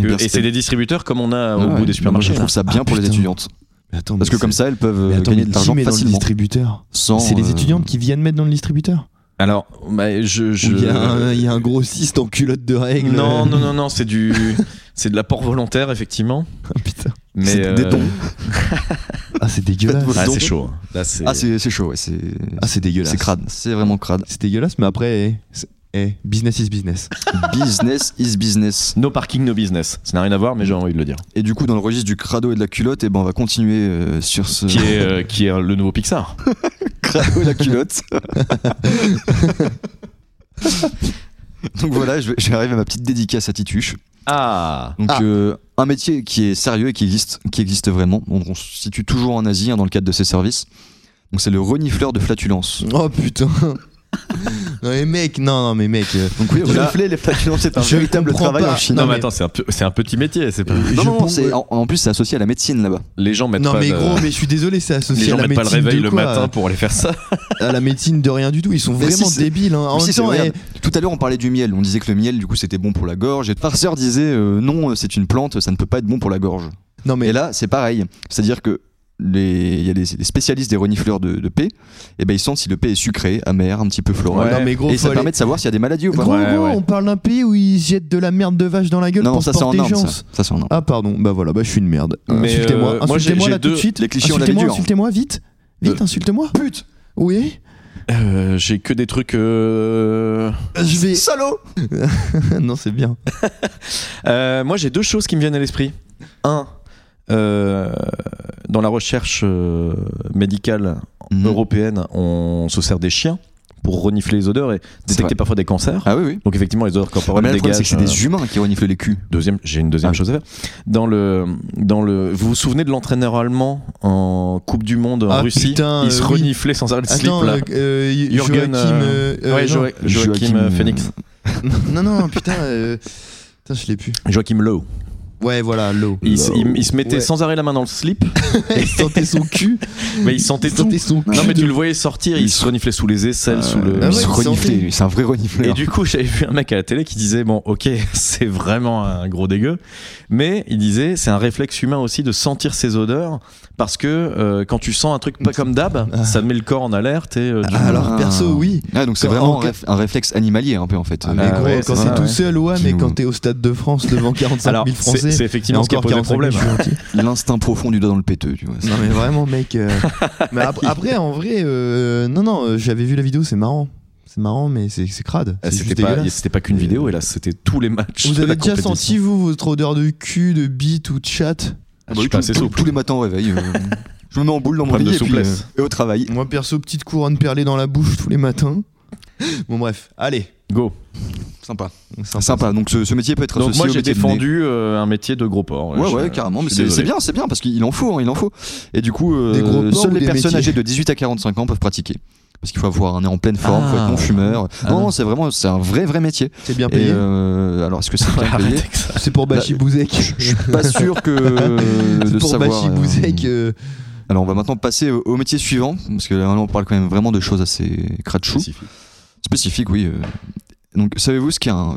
D: Eh bien,
C: et c'est des distributeurs comme on a au
D: Ah ouais,
C: bout des
D: moi,
C: supermarchés.
D: Je trouve ça bien
E: Ah,
D: pour les
E: putain.
D: étudiantes.
E: Mais Attends,
D: Parce que
E: mais
D: comme ça, elles peuvent
E: mais
D: euh,
E: attends,
D: gagner
E: mais
D: de
E: qui
D: l'argent
E: met dans le
D: facilement.
E: distributeur.
D: sans,
E: C'est les
D: euh,
E: étudiantes qui viennent mettre dans le distributeur.
C: Alors, bah, je, je-
E: Ou Il y, a un- il y a un grossiste en culotte de règles.
C: Non, non, non, non, c'est du, c'est de l'apport volontaire effectivement.
E: Ah, putain.
C: Mais euh,
D: C'est des dons.
E: Ah, c'est dégueulasse.
C: Ah,
D: Dons.
C: c'est chaud. hein. Là, c'est.
D: Ah, c'est c'est chaud, ouais. C'est
E: Ah, c'est dégueulasse.
D: c'est crade. C'est vraiment crade.
E: C'est dégueulasse, mais après, eh, c'est- eh, business is business.
D: business is business.
C: No parking, no business. Ça n'a rien à voir, mais j'ai envie de le dire.
D: Et du coup, dans le registre du crado et de la culotte, eh ben, on va continuer euh, sur ce
C: Qui est, euh, qui est le nouveau Pixar.
D: crado et la culotte. Donc voilà, je vais- j'arrive à ma petite dédicace à Tituche.
C: Ah.
D: Donc euh, un métier qui est sérieux et qui existe, qui existe vraiment. On, on se situe toujours en Asie hein, dans le cadre de ses services. Donc c'est le renifleur de flatulence.
E: Oh putain. non mais mec, non, non mais mec. euh,
D: Donc oui,
E: voilà.
D: renifler les flatulences, c'est un
E: Je
D: véritable
E: comprends
D: travail
E: pas.
D: en Chine.
C: Non,
E: Non,
C: mais
E: mais-
C: attends, c'est un, peu- c'est un petit métier. C'est pas...
D: Non,
E: je
D: non, non,
E: pense-
D: c'est- en, en plus c'est associé à la médecine là-bas.
C: Les gens mettent
E: Non
C: pas
E: mais
C: de-
E: gros, mais je suis désolé, c'est
C: les
E: associé
C: gens
E: à la
C: mettent pas
E: médecine
C: le réveil
E: de
C: le
E: quoi, euh
C: matin pour aller faire ça.
E: À la médecine de rien du tout, ils sont
D: Mais
E: vraiment
D: si, c'est-
E: débiles. Hein. En
D: Mais si,
E: même
D: c'est
E: temps,
D: vrai.
E: eh,
D: Tout à l'heure on parlait du miel, on disait que le miel du coup c'était bon pour la gorge et le farceur disait euh, non euh, c'est une plante, ça ne peut pas être bon pour la gorge.
E: Non mais
D: Et là c'est pareil, c'est-à-dire que les, il y a les, les spécialistes des renifleurs de, de paix, et ben ils sentent si le paix est sucré, amer, un petit peu floral.
C: Ouais.
E: non mais gros,
D: Et
E: faut
D: ça
E: aller-
D: permet de savoir s'il y a des maladies ou pas.
E: Gros,
C: Ouais,
E: gros,
C: ouais.
E: on parle d'un pays où ils jettent de la merde de vache dans la gueule
D: Non, non,
E: pour
D: ça
E: se
D: c'est en
E: porter
D: Inde.
E: chance.
D: Ça, ça c'est en Inde.
E: Ah pardon, bah voilà, bah je suis une merde.
C: Mais,
E: insultez-moi,
C: euh, moi, j'ai-
E: insultez-moi
C: j'ai
E: là
C: deux-
E: tout de suite.
D: les clichés, on l'avait
E: Insultez-moi,
D: dur.
E: insultez-moi vite. Vite, insulte-moi. Pute. Oui.
C: Euh, j'ai que des trucs. euh,
E: Je vais.
D: Salaud
E: non, c'est bien.
C: Euh, moi, j'ai deux choses qui me viennent à l'esprit. Un, euh, dans la recherche euh, médicale
D: Mhm.
C: européenne, on se sert des chiens pour renifler les odeurs et
D: vrai.
C: détecter parfois des cancers.
D: Ah oui, oui.
C: Donc effectivement, les odeurs
D: Ah,
C: corporelles
D: mais là, le problème,
C: dégagent.
D: c'est que c'est
C: euh,
D: des humains qui reniflent les culs.
C: Deuxième, j'ai une deuxième
D: Ah.
C: chose à faire. Dans le, dans le, vous vous souvenez de l'entraîneur allemand en Coupe du Monde en
E: Ah,
C: Russie
E: putain,
C: Il se
E: euh, oui.
C: reniflait sans arrêt de slip
E: Attends,
C: là.
E: euh, euh, y-
C: Jürgen,
E: Joachim.
C: euh,
E: euh, euh,
C: ouais,
E: non.
C: Joa- Joachim, euh, Phoenix.
E: Non, non, putain. euh, Putain, je l'ai plus.
C: Joachim Lowe.
E: Ouais, voilà, l'eau.
C: Il, se- il- il se mettait
E: Ouais.
C: sans arrêt la main dans le slip,
E: il sentait son cul.
C: mais il sentait
E: Il
C: tout.
E: sentait son cul.
C: Non mais tu
E: de-
C: le voyais sortir, il se reniflait sous les aisselles, sous le.
D: Ils
E: Ah ouais,
D: Euh, se
E: ils
D: reniflaient,
E: sentaient.
D: lui. c'est un vrai hein. renifleur.
C: Et du coup, j'avais vu un mec à la télé qui disait bon, ok, c'est vraiment un gros dégueu, mais il disait c'est un réflexe humain aussi de sentir ces odeurs parce que euh, quand tu sens un truc pas comme d'hab, ça met le corps en alerte et euh, tu-
E: Ah, Alors, perso, oui.
D: Ah, donc c'est
E: Quand-
D: vraiment
E: en-
D: un réf- un réflexe animalier un peu en fait.
E: Ah, mais
C: Ah
E: gros,
C: ouais,
E: quand
C: c'est
E: t'es
C: ça,
E: tout
C: ouais.
E: seul, ouais, mais
D: Qui nous-
E: quand t'es au stade de France devant 45
C: Alors,
E: 000
C: c'est
E: Français.
C: c'est effectivement ce qui a posé problème.
D: L'instinct profond du doigt dans le péteux, tu vois.
E: Non mais vraiment mec. euh, mais ap- après en vrai, euh, non non, euh, j'avais vu la vidéo, c'est marrant, c'est marrant mais c'est c'est crade.
C: Ah,
E: c'est
C: C'était
E: juste
C: pas,
E: dégueulasse.
C: c'était pas qu'une vidéo, hélas, c'était tous les matchs.
E: Vous
C: de la
E: avez déjà
C: compétition.
E: senti vous votre odeur de cul, de bite ou de chatte
C: Ah, Je suis pas assez
D: tous,
C: souple.
D: tous les matins au réveil. euh, je me mets en boule dans mon
C: Problème
D: lit
C: de
D: et, puis,
C: souplesse.
D: euh, et au travail.
C: Mmh.
E: Moi perso petite couronne perlée dans la bouche tous les matins. Bon bref, allez.
C: Go.
D: Sympa.
E: Sympa.
D: Ah, Sympa. Donc ce, ce métier peut être
C: Donc
D: associé
C: moi
D: au
C: j'ai
D: métier de nez.
C: défendu euh, un métier de gros porc.
D: Ouais,
C: Je-
D: ouais, carrément,
C: je
D: mais
C: suis
D: c'est
C: désolé.
D: c'est bien, c'est bien, parce qu'il en faut, hein, il en faut. Et du coup, euh,
E: Des gros porcs
D: seules
E: ou
D: les
E: des
D: personnes
E: métiers
D: âgées de 18 à 45 ans peuvent pratiquer. Parce qu'il faut avoir un nez en pleine forme, faut
C: Ah.
D: être non-fumeur.
C: Ah
D: non,
C: non.
D: non, c'est vraiment, c'est un vrai, vrai métier.
E: C'est bien
D: Et
E: payé.
D: euh, alors, est-ce que c'est bien payé
C: Arrêtez avec ça.
E: C'est pour Bachi
D: là-
E: Bouzek.
D: Je suis pas sûr que euh, de
E: C'est pour
D: savoir.
E: Bachi
D: euh,
E: Bouzek. euh,
D: Alors, on va maintenant passer au, au métier suivant, parce que là, on parle quand même vraiment de choses assez cratchou.
C: Spécifique.
D: Spécifique, oui. euh. Donc, savez-vous ce qu'est un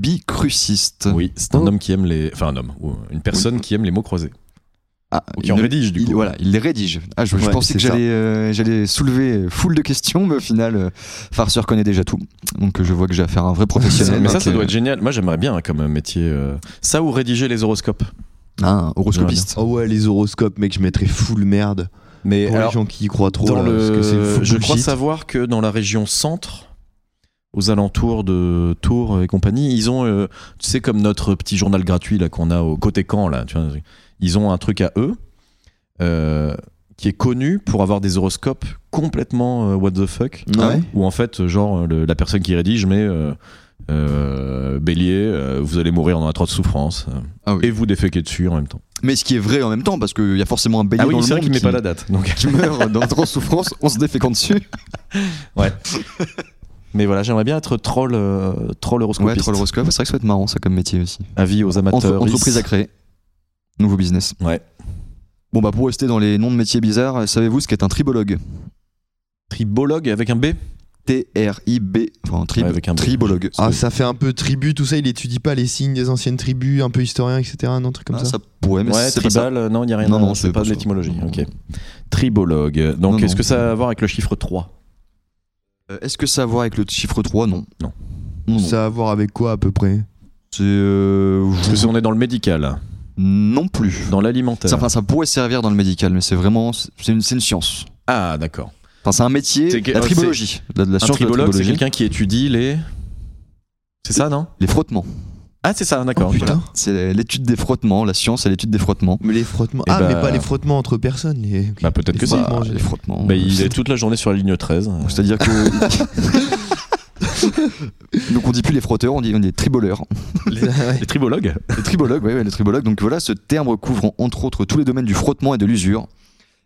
D: verbicruciste
C: Oui, c'est un
D: Oh.
C: homme qui aime les, enfin un homme, ou une personne qui aime les mots croisés.
D: Ah,
C: Ou qui
D: il
C: en
D: le-
C: rédige du
D: il-
C: coup.
D: voilà, il les rédige. Ah, je, je
E: Ouais,
D: pensais que
E: c'est ça.
D: j'allais, euh, j'allais soulever foule de questions, mais au final, euh, Farceur connaît déjà tout. Donc euh, je vois que j'ai affaire à un vrai professionnel.
C: Mais ça,
D: Donc,
C: ça
D: euh,
C: doit être génial. Moi, j'aimerais bien hein, comme un métier. euh, Ça ou rédiger les horoscopes.
D: Ah, un horoscopiste.
E: Oh ouais, les horoscopes, mec, je mettrais full merde.
C: Mais
E: Pour
C: alors,
E: les gens qui y croient trop,
C: dans
E: là, parce que c'est
C: le...
E: full
C: je crois
E: bullshit.
C: savoir que dans la région centre, aux alentours de Tours et compagnie, ils ont, euh, tu sais, comme notre petit journal gratuit là qu'on a au côté camp là. Tu vois, ils ont un truc à eux euh, qui est connu pour avoir des horoscopes complètement euh, what the fuck.
D: Ah ouais
C: Où en fait, genre, le- la personne qui rédige met euh, euh, Bélier, euh, vous allez mourir dans atroce souffrance. euh,
D: Ah oui.
C: Et vous déféquer dessus en même temps.
D: Mais ce qui est vrai en même temps, parce qu'il y a forcément un bélier
C: ah oui,
D: dans le
C: c'est vrai
D: monde
C: qu'il met pas la date. Donc.
D: qui meurt dans trop de souffrance, on se défécante dessus.
C: Mais voilà, j'aimerais bien être troll, euh, troll
D: Ouais,
C: horoscopiste.
D: troll horoscope, c'est vrai que ça doit être marrant ça comme métier aussi.
C: Avis aux
D: Entre-
C: amateurs.
D: entreprise à créer. Nouveau business.
C: Ouais.
D: Bon bah pour rester dans les noms de métiers bizarres, savez-vous ce qu'est un tribologue
C: Tribologue avec un B
D: T-R-I-B, enfin un trib,
C: Ouais, avec un B.
D: tribologue.
E: Ah, ça fait un peu tribu, tout ça. Il étudie pas les signes des anciennes tribus, un peu historien, etc. Non, truc comme
D: Ah,
E: ça.
D: pourrait, mais
C: Ouais,
D: c'est pas ça.
C: tribal, euh, non, il n'y a rien.
D: Non,
C: à-
D: non,
C: c'est
D: c'est
C: pas
D: pas
C: de
D: ça.
C: l'étymologie. Ok. Tribologue.
D: Non,
C: Donc, est-ce
D: non.
C: que ça a à voir avec le chiffre 3
D: Euh, Est-ce que ça a à voir avec le chiffre 3 Non.
C: Non.
D: Non, non.
E: Ça a à voir avec quoi à peu près
D: C'est, euh,
C: Parce que si on est dans le médical,
D: Non plus.
C: dans l'alimentaire.
D: Ça, enfin, ça pourrait servir dans le médical, mais c'est vraiment. C'est une, c'est une science.
C: Ah, d'accord.
D: Enfin, c'est un métier.
C: C'est que-
D: la tribologie. La, la
C: Un
D: science de la
C: tribologue, c'est
D: tribologie.
C: quelqu'un qui étudie les. C'est ça, non
D: Les frottements.
C: Ah, c'est ça,
D: Oh,
C: d'accord.
E: Oh, Putain.
D: C'est l'étude des frottements. La science, c'est l'étude des frottements.
E: Mais les frottements.
C: Eh
E: ah,
C: bah-
E: mais pas les frottements entre personnes. Les...
C: Bah, peut-être
E: Les
C: que
E: fois-
C: si.
E: frottements, j'ai-
D: les frottements.
C: Bah, il est toute la journée sur la ligne 13.
D: C'est-à-dire que. donc on dit plus les frotteurs, on dit, on dit les triboleurs.
C: Les tribologues
D: Les tribologues, oui, les tribologues. Donc voilà, ce terme recouvre entre autres tous les domaines du frottement et de l'usure.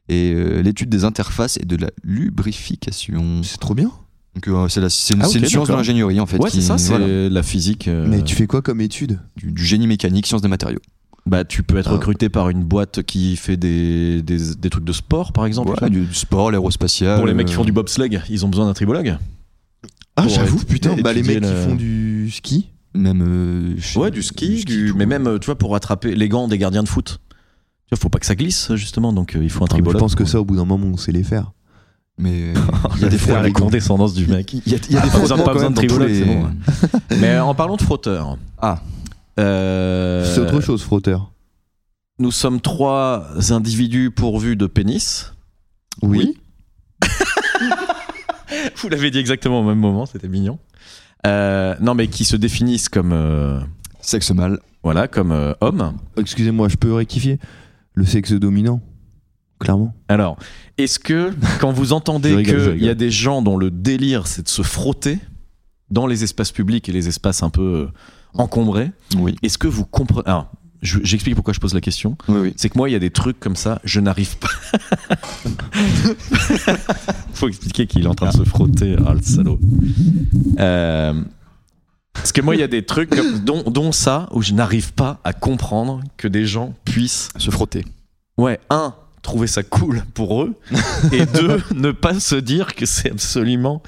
D: Et euh, l'étude des interfaces et de la lubrification.
E: C'est trop bien.
D: Donc euh, c'est la- c'est une,
C: Ah,
D: c'est
C: ok,
D: une science de
C: d'accord.
D: l'ingénierie en fait.
C: Ouais, c'est
D: qui-
C: ça, c'est
D: voilà,
C: la physique. euh,
E: Mais tu fais quoi comme étude
D: du, du génie mécanique, science des matériaux.
C: Bah, tu peux être
D: Ah.
C: recruté par une boîte qui fait des, des, des trucs de sport, par exemple.
D: Voilà, du, du sport, l'aérospatial.
C: Pour les mecs qui
D: euh,
C: font du bobsleigh, ils ont besoin d'un tribologue.
E: Ah,
C: Pour
E: j'avoue,
C: étudier-
E: putain. Bah, les
C: étudier
E: mecs qui
C: le-
E: font du ski.
D: Même. euh, je sais-
C: Ouais, du ski, du-
D: tout.
C: mais même, euh, tu vois, pour attraper les gants des gardiens de foot. Tu vois, faut pas que ça glisse, justement, donc euh, il faut un
E: Je
C: tribologue.
E: pense que
C: pour-
E: ça, au bout d'un moment, on sait les faire.
D: Mais. euh,
C: Il y a des fois la
D: frottements.
C: condescendance du mec.
D: Il y a, il y a
C: Ah,
D: des
C: pas besoin-
D: frottements
C: pas besoin
D: quand
C: de
D: même dans tous
C: tribologue,
D: les-
C: c'est bon, ouais. Mais en parlant de frotteurs.
D: Ah.
C: euh,
E: C'est autre chose, frotteur.
C: Nous sommes trois individus pourvus de pénis.
E: Oui.
C: Vous l'avez dit exactement au même moment, c'était mignon. Euh, non, mais qui se définissent comme euh,
D: Sexe mâle.
C: voilà, comme euh, hommes.
E: Excusez-moi, je peux rectifier le sexe dominant, clairement.
C: Alors, est-ce que quand vous
E: Je
C: entendez
E: rigole, je
C: qu'il
E: rigole.
C: y a des gens dont le délire c'est de se frotter dans les espaces publics et les espaces un peu euh, encombrés,
D: Oui.
C: est-ce que vous comprenez Alors, je- j'explique pourquoi je pose la question.
D: Oui, oui.
C: C'est que moi, il y a des trucs comme ça, je n'arrive pas. Faut expliquer qu'il est en train de se frotter. Ah, le salaud. Euh, parce que moi, il y a des trucs comme- dont, dont ça, où je n'arrive pas à comprendre que des gens puissent,
D: Se frotter.
C: ouais, un, trouver ça cool pour eux, et deux, ne pas se dire que c'est absolument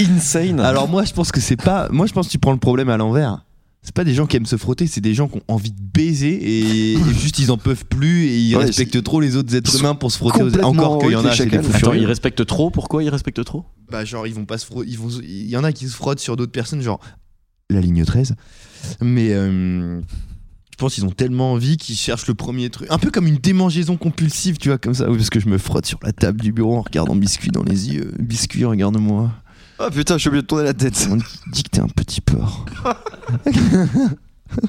C: insane.
E: Alors moi, je pense que c'est pas. Moi, je pense que tu prends le problème à l'envers. C'est pas des gens qui aiment se frotter, c'est des gens qui ont envie de baiser et, et juste ils en peuvent plus et ils
D: Ouais,
E: respectent trop les autres êtres
D: sont
E: humains pour se frotter. aux-
D: complètement
E: Encore qu'il y en
D: horribles,
E: a,
D: les
E: c'est des
D: chacals.
E: fous
C: Attends, ils
E: furieux.
C: respectent trop Pourquoi ils respectent trop
E: Bah genre ils vont pas se frotter, ils vont. se- Il y en a qui se frottent sur d'autres personnes, genre la ligne 13. Mais euh, je pense qu'ils ont tellement envie qu'ils cherchent le premier truc. Un peu comme une démangeaison compulsive, tu vois, comme ça. Oui, parce que je me frotte sur la table du bureau en regardant biscuit dans les yeux. Biscuit, regarde-moi.
D: Ah putain, je suis obligé de tourner la tête.
E: On dit que t'es un petit porc.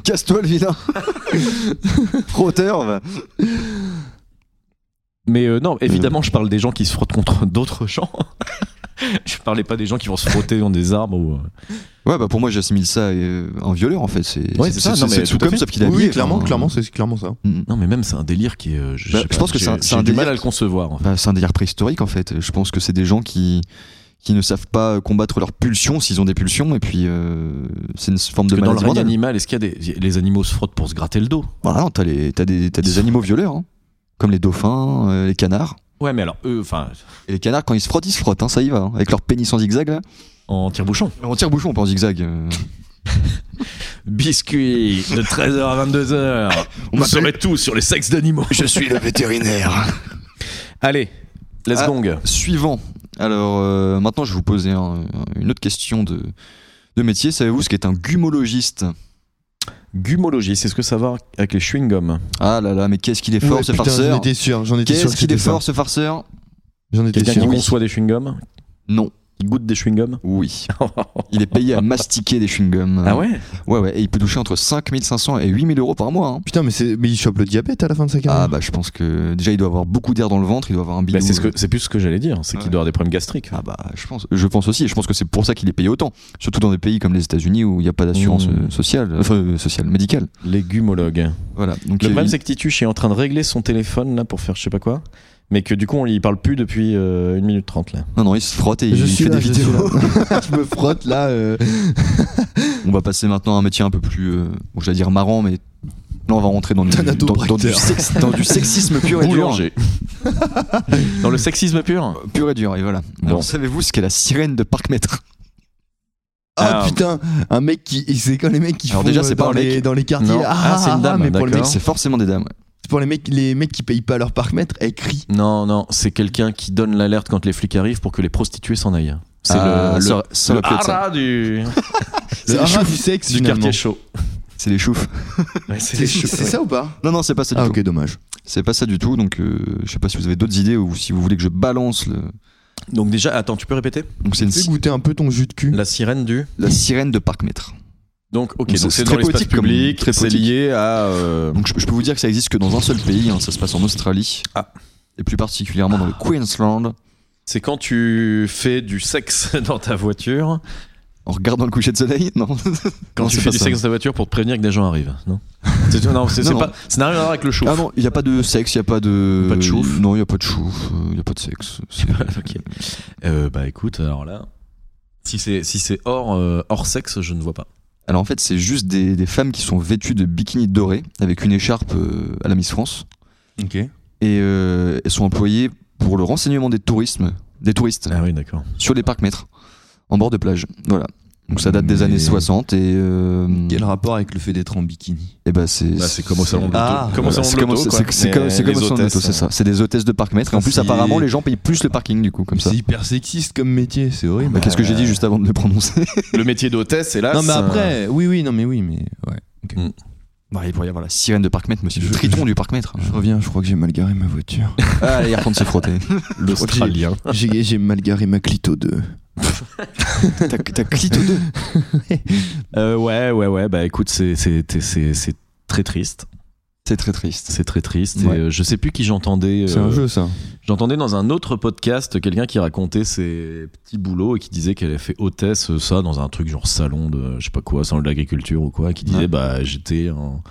D: Casse-toi le vilain. Frotteur. va.
C: Mais euh, non, évidemment, je parle des gens qui se frottent contre d'autres gens. je parlais pas des gens qui vont se frotter dans des arbres ou. euh.
D: Ouais, bah pour moi j'assimile ça euh, en violeur en fait. C'est
C: Ouais, c'est ça, non, mais
D: tout
C: tout à
D: comme
C: fait.
D: sauf qu'il hein. a
E: oui,
D: nié,
E: clairement,
D: enfin.
E: clairement, c'est clairement ça.
D: Mm.
C: Non, mais même c'est un délire qui est. euh, je,
D: Bah,
C: sais
D: je
C: pas,
D: pense que
C: j'ai-
D: c'est un- c'est
C: j'ai
D: un
C: du mal
D: délire
C: à le concevoir. en fait.
D: Bah, c'est un délire préhistorique en fait. Je pense que c'est des gens qui qui ne savent pas combattre leurs pulsions s'ils ont des pulsions et puis euh, c'est une forme de
C: Parce que dans le
D: maladie
C: règne
D: mentale.
C: animal, est-ce qu'il y a des les animaux se frottent pour se gratter le dos
D: Voilà, non, t'as les t'as des t'as des animaux violeurs hein, comme les dauphins, euh, les canards.
C: Ouais, mais alors eux, enfin,
D: Et les canards quand ils se frottent, ils se frottent, hein, ça y va, hein, avec leur pénis en zigzag là.
C: en tire-bouchon.
D: On tire bouchon, pas en zigzag. euh.
C: Biscuit de 13h à 22h. On
D: m'appelle-
C: saurez tout sur les sexes d'animaux.
D: Je suis le vétérinaire.
C: Allez, let's
D: Ah.
C: gong.
D: Suivant. Alors euh, maintenant, je vais vous poser un- une autre question de, de métier. Savez-vous ce qu'est un gumologiste
C: Gumologie, c'est ce que ça va avec les chewing-gums.
D: Ah là là, mais qu'est-ce qu'il est fort
E: Ouais,
D: ce
E: putain, J'en
D: farceur
E: étais sûr, j'en étais sûr.
D: Qu'est-ce
E: que
D: qu'il est
E: c'était ça.
D: fort ce farceur
E: J'en étais
C: Quelqu'un
E: sûr.
C: qui
E: Oui.
C: conçoit des chewing-gums
D: Non.
C: Il goûte des chewing-gums
D: Oui. Il est payé à mastiquer des chewing-gums.
C: Ah ouais
D: Ah Ouais, ouais. Et il peut toucher entre 5500 et 8000 euros par mois. hein.
E: Putain, mais, c'est- mais il chope le diabète à la fin de sa carrière.
D: Ah bah je pense que déjà il doit avoir beaucoup d'air dans le ventre, il doit avoir un bidou.
C: Bah, C'est ce que- c'est plus ce que j'allais dire, c'est
D: Ah
C: qu'il
D: ouais.
C: doit avoir des problèmes gastriques.
D: Ah bah je pense, je pense aussi, et je pense que c'est pour ça qu'il est payé autant, surtout dans des pays comme les États-Unis où il n'y a pas d'assurance
C: Mmh.
D: euh, sociale, enfin euh, sociale, médicale.
C: Légumologue.
D: Voilà. Donc euh,
C: Le
D: il-
C: problème, c'est que Tituche est en train de régler son téléphone là pour faire je sais pas quoi, mais que du coup, on lui parle plus depuis euh, 1 minute 30 là.
D: non non, il se frotte et il fait des
E: je suis
D: vidéos.
E: là. je me frotte là. euh.
D: On va passer maintenant à un métier un peu plus, euh, bon, j'allais dire marrant, mais là on va rentrer dans du, dans, dans du,
E: Thanatopracteur.
D: sex- dans du sexisme pur et dur.
C: Boulanger. Dans le sexisme pur
D: Pur et dur, et voilà.
C: Bon.
D: Alors, savez-vous ce qu'est la sirène de parc maître
E: Ah,
C: Ah.
E: putain, un mec qui. C'est quand les mecs qui
D: Alors
E: font
D: déjà,
E: euh,
D: c'est pas
E: dans,
D: un
E: les,
D: mec.
E: dans les quartiers.
C: Non. Ah, c'est une dame,
E: mais pour, les mecs,
C: d'accord.
D: C'est forcément des dames. ouais.
E: pour les, mecs, les mecs qui payent pas leur parc-mètre, elles crient.
C: Non, non, c'est quelqu'un qui donne l'alerte quand les flics arrivent pour que les prostituées s'en aillent. C'est
D: Ah,
C: le,
D: ça-
C: le,
D: ça
C: le Ah,
D: aurait pu être ça.
C: hara du,
E: Le
D: les
E: haras
D: choufs
E: du sexe,
C: du
E: finalement.
C: quartier chaud. bah.
D: C'est les choufs.
C: Ouais, c'est
E: C'est
C: les choux,
E: c'est
C: ouais.
E: ça ou pas
D: Non non, c'est pas ça du
E: Ah,
D: tout.
E: ok, dommage.
D: C'est pas ça du tout. Donc euh, je sais pas si vous avez d'autres idées ou si vous voulez que je balance le.
C: Donc déjà, attends, tu peux répéter
D: Donc c'est une
E: Fais
D: si-
E: goûter un peu ton jus de cul.
C: La sirène du...
D: la sirène de parc maître.
C: Donc ok,
D: Donc, c'est
C: donc c'est
D: très
C: dans l'espace
D: poétique comme-
C: public,
D: très
C: c'est
D: poétique.
C: lié à... euh,
D: Donc je, je peux vous dire que ça existe que dans un seul pays, hein, ça se passe en Australie.
C: Ah.
D: Et plus particulièrement dans le Queensland,
C: C'est quand tu fais du sexe dans ta voiture.
D: en regardant le coucher de soleil, non
C: Quand
D: Non,
C: tu
D: c'est
C: fais
D: pas
C: du
D: ça.
C: sexe dans ta voiture pour te prévenir que des gens arrivent, non C'est non, c'est
D: Non,
C: c'est
D: non.
C: pas ça n'a rien à voir avec le chauffe.
D: Ah non, il n'y a pas de sexe, il n'y a pas de.
C: Pas de chouf.
D: Non, il n'y a pas de chouf, euh, il n'y a pas de sexe. C'est-
C: Ok. Euh, bah écoute, alors là si c'est si c'est hors euh, hors sexe, je ne vois pas.
D: Alors en fait, c'est juste des, des femmes qui sont vêtues de bikini doré avec une écharpe euh, à la Miss France
E: Ok.
D: et euh, elles sont employées pour le renseignement des, tourismes, des touristes
C: Ah oui, d'accord.
D: sur les parcs maîtres en bord de plage. Voilà. Donc ça date des
E: Mais-
D: années 60 et. euh,
E: Quel rapport avec le fait d'être en bikini
D: Eh ben c'est
C: Bah, c'est comme au salon de l'auto.
E: Ah,
C: comme au
D: Voilà,
C: salon
D: c'est
C: de
D: comme
C: l'auto, quoi.
D: c'est- c'est
C: Mais
D: comme- c'est
C: les
D: comme au salon de l'auto,
C: hôtesses,
D: c'est ça. C'est des hôtesses de parc maître. Et en plus,
E: C'est-
D: apparemment, les gens payent plus le parking du coup, comme ça.
E: C'est hyper sexiste comme métier, c'est horrible. Ah,
D: Bah, Qu'est-ce que j'ai dit juste avant de le prononcer
C: Le métier d'hôtesse, hélas.
E: Non, mais
C: euh,
E: après, oui, oui, non, mais oui, mais ouais. ok.
C: Mm.
D: Il pourrait y avoir la sirène de parc maître, monsieur. Le
E: Je-
D: triton du parc maître.
E: Je reviens, je crois que j'ai mal garé ma voiture.
D: Ah, il retourne se frotter.
C: l'australien.
E: j'ai j'ai mal garé ma clito 2.
D: T'as t'as clito deux.
C: Euh, ouais, ouais, ouais. Bah écoute, c'est c'est c'est c'est très triste.
D: C'est très triste.
C: C'est très triste.
D: Ouais.
C: Et, euh, je sais plus qui j'entendais.
E: C'est un
C: euh,
E: jeu, ça.
C: J'entendais dans un autre podcast quelqu'un qui racontait ses petits boulots et qui disait qu'elle avait fait hôtesse, euh, ça, dans un truc genre salon de, je sais pas quoi, salon de l'agriculture ou quoi, et qui disait,
D: Ouais.
C: bah, j'étais en,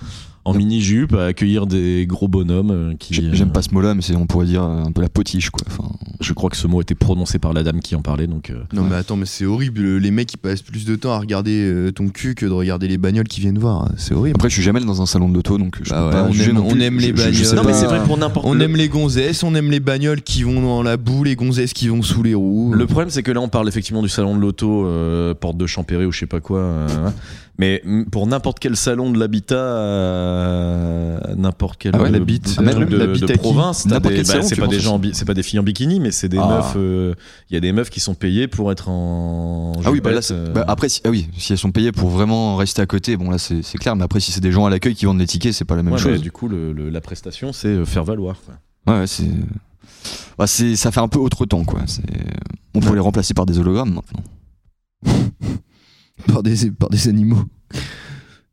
C: en mini-jupe à accueillir des gros bonhommes euh, qui.
D: J'ai-
C: euh,
D: J'aime pas ce mot-là, mais c'est- on pourrait dire euh, un peu la potiche, quoi. Enfin,
C: Je crois que ce mot était prononcé par la dame qui en parlait, donc. euh,
E: Non,
D: Ouais.
E: mais attends, mais c'est horrible. Les mecs, ils passent plus de temps à regarder euh, ton cul que de regarder les bagnoles qui viennent voir. C'est horrible.
D: Après, je suis jamais dans un salon de l'auto, donc je
E: Bah
D: peux
E: ouais,
D: pas
E: on
D: juger
E: aime-
D: non plus.
E: on aime les
D: Je- je- je
C: euh,
E: bagnoles.
D: sais
E: Non,
D: pas.
E: mais c'est vrai
C: pour n'importe
E: On aime les gonzesses, on aime les bagnoles qui vont dans la boue, les gonzesses qui vont sous les roues.
C: Le problème, c'est que là, on parle effectivement du salon de l'auto, euh, porte de Champéry ou je sais pas quoi. euh, mais mm, pour n'importe quel salon de l'habitat, euh, n'importe quel
D: Ah ouais,
C: euh,
D: la bite,
C: truc
D: ah, même
C: de,
D: la
C: de
D: bite à qui
C: province, t'as
D: N'importe
C: des-
D: quel
C: bah,
D: salon,
C: c'est
D: tu
C: pas
D: penses
C: des
D: à
C: gens
D: ça
C: en bi- c'est pas des filles en bikini, mais c'est des
D: Ah.
C: meufs. euh, Il y a des meufs qui sont payées pour être en.
D: Ah oui, bah là,
C: jupette,
D: c'est-
C: euh,
D: bah après, si, ah oui, si elles sont payées pour vraiment rester à côté, bon là c'est c'est clair, mais après si c'est des gens à l'accueil qui vendent les tickets, c'est pas la même
C: ouais, mais
D: chose.
C: du coup, le- le- la prestation, c'est euh, faire valoir. quoi.
D: Ouais, ouais, c'est. bah, c'est- ça fait un peu autre temps, quoi. C'est- On pourrait les remplacer par des hologrammes maintenant.
E: Par des, par des animaux.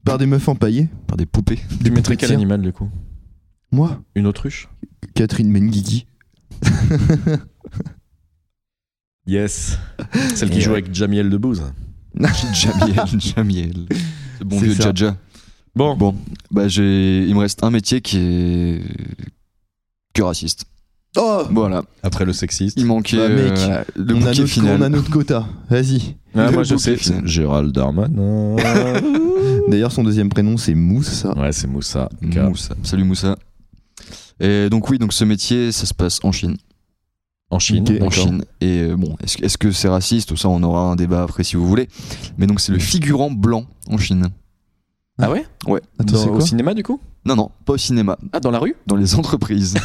E: Par des meufs empaillées.
D: Par des poupées.
E: Des
C: Tu mettrais quel
E: poupées de cire.
C: animal du coup
E: Moi,
C: Une autruche
E: Catherine Menguigui.
C: Yes. Celle qui
E: Et
C: joue
E: ouais.
C: avec Jamiel Debbouze.
D: Jamiel, Jamiel. Ce bon
E: C'est
D: vieux
E: ça.
D: Jaja.
C: Bon,
D: Bon, bah j'ai. Il me reste un métier qui est. que raciste.
E: Oh
D: Voilà.
C: après le sexiste.
D: Il manquait
E: Bah, mec,
D: euh, le
E: on, a
D: bouquet
E: notre, on a
D: final.
E: notre quota. Vas-y.
C: Ah,
D: Le
C: moi, je sais.
D: bouquet final.
C: Gérald Darmanin.
E: D'ailleurs, son deuxième prénom, c'est Moussa.
C: Ouais, c'est Moussa. K.
D: Moussa. Salut Moussa. Et donc oui, donc ce métier, ça se passe en Chine.
C: En Chine.
E: Ok.
D: en
C: d'accord.
D: Chine. Et euh, bon, est-ce que- est-ce que c'est raciste Ça, on aura un débat après si vous voulez. Mais donc, c'est le figurant blanc en Chine.
C: Ah ouais
D: Ouais.
E: Attends,
C: Dans-
E: c'est
C: Au
E: quoi
C: cinéma, du coup
D: Non, non, pas au cinéma,
C: Ah, dans la rue
D: dans les entreprises.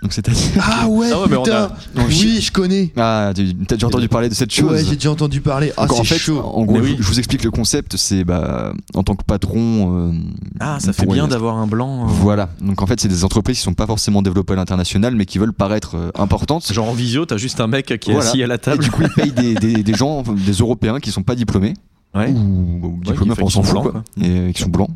D: Donc c'est-à-dire.
E: Ah ouais,
C: Ah ouais, mais on
E: putain.
D: a- on-
E: Oui, je connais.
D: Ah, tu- t'as déjà entendu parler de cette chose
E: Ouais, j'ai déjà entendu parler. Ah,
D: Donc, en
E: c'est
D: fait,
E: chaud.
D: en gros,
C: Mais oui.
D: je, je vous explique le concept. C'est bah, en tant que patron. euh,
C: Ah, ça fait
D: pour-
C: bien d'avoir un blanc. euh,
D: Voilà. Donc en fait, c'est des entreprises qui sont pas forcément développées à l'international, mais qui veulent paraître euh, importantes.
C: Genre en visio, t'as juste un mec qui est
D: Voilà.
C: assis à la
D: Et
C: table.
D: du coup, ils payent des, des- des gens, enfin, des Européens qui sont pas diplômés
C: Ouais.
D: ou, ou diplômés,
C: qui-
D: enfin, on
C: qui sont
D: s'en fout,
C: blancs,
D: quoi. et euh, qui sont blancs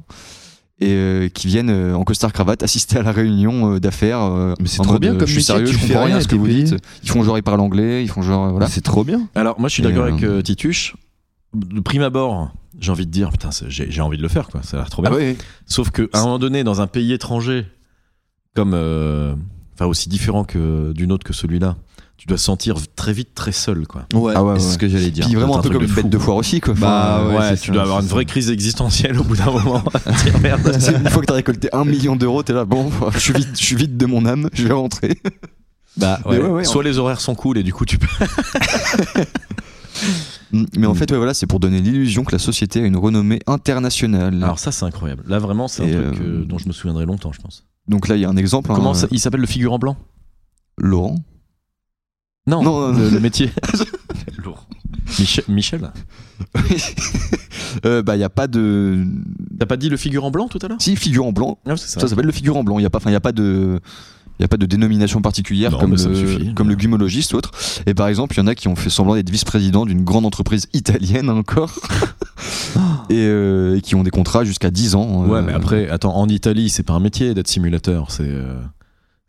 D: et euh, qui viennent euh, en costard cravate assister à la réunion euh, d'affaires. euh,
E: Mais c'est
D: en
E: trop
D: mode,
E: bien
D: euh,
E: comme
D: je suis
E: métier,
D: sérieux,
E: tu
D: je
E: fais
D: comprends
E: rien
D: rien à
E: et
D: ce que
E: t'es
D: vous
E: payé.
D: dites. Ils font genre ils parlent anglais, ils font genre euh, voilà.
E: C'est trop bien.
C: Alors, moi, je suis
D: Et,
C: d'accord
D: euh,
C: avec euh, Tituche. De prime abord, j'ai envie de dire, putain, c'est- j'ai j'ai envie de le faire, quoi. Ça a l'air trop bien.
D: Ah ouais.
C: Sauf qu'à un moment donné, dans un pays étranger, comme. euh, Enfin, aussi différent que d'une autre que celui-là, tu dois sentir très vite très seul, quoi.
E: Ouais,
D: Ah ouais,
E: c'est
D: ouais.
E: ce que j'allais dire.
D: Puis vraiment
C: c'est
D: un
C: un
D: peu
C: truc
D: comme
C: de
D: une
C: fou. Ah
D: bête de foire aussi quoi.
E: Bah,
D: Enfin,
E: ouais, c'est
C: tu
E: ça,
C: dois avoir
E: c'est
C: une vraie crise existentielle au bout d'un moment. Dire, merde.
D: C'est- Une fois que t'as récolté un million d'euros, t'es là, bon, je suis, vite, je suis vite de mon âme, je vais rentrer.
C: Bah,
D: Mais ouais, ouais,
C: Soit les horaires sont cool et du coup tu peux.
D: Mm, Mais en fait, ouais, voilà, c'est pour donner l'illusion que la société a une renommée internationale.
C: Alors ça c'est incroyable. Là vraiment c'est un
D: Et,
C: truc
D: euh,
C: euh, dont je me souviendrai longtemps, je pense.
D: Donc là, il y a un exemple. hein,
C: Comment ça- il s'appelle le figurant blanc
D: Laurent
C: Non,
D: Non, non,
C: le,
D: non.
C: le métier. Lourd. Michel, Michel
D: Euh, Bah, il n'y a pas de.
C: T'as pas dit le figurant blanc tout à l'heure
D: Si, figure en blanc.
C: Non, parce que c'est
D: Ça s'appelle le figure en blanc. Il n'y a, pas- enfin, y a pas de. Il n'y a pas de dénomination particulière
C: Non,
D: comme,
C: mais ça me
D: le,
C: suffit.
D: comme le gumologiste ou autre. Et par exemple, il y en a qui ont fait semblant d'être vice-président d'une grande entreprise italienne encore. et euh, et qui ont des contrats jusqu'à 10 ans.
C: Ouais,
D: euh,
C: mais après, attends, en Italie, c'est pas un métier d'être simulateur, c'est euh,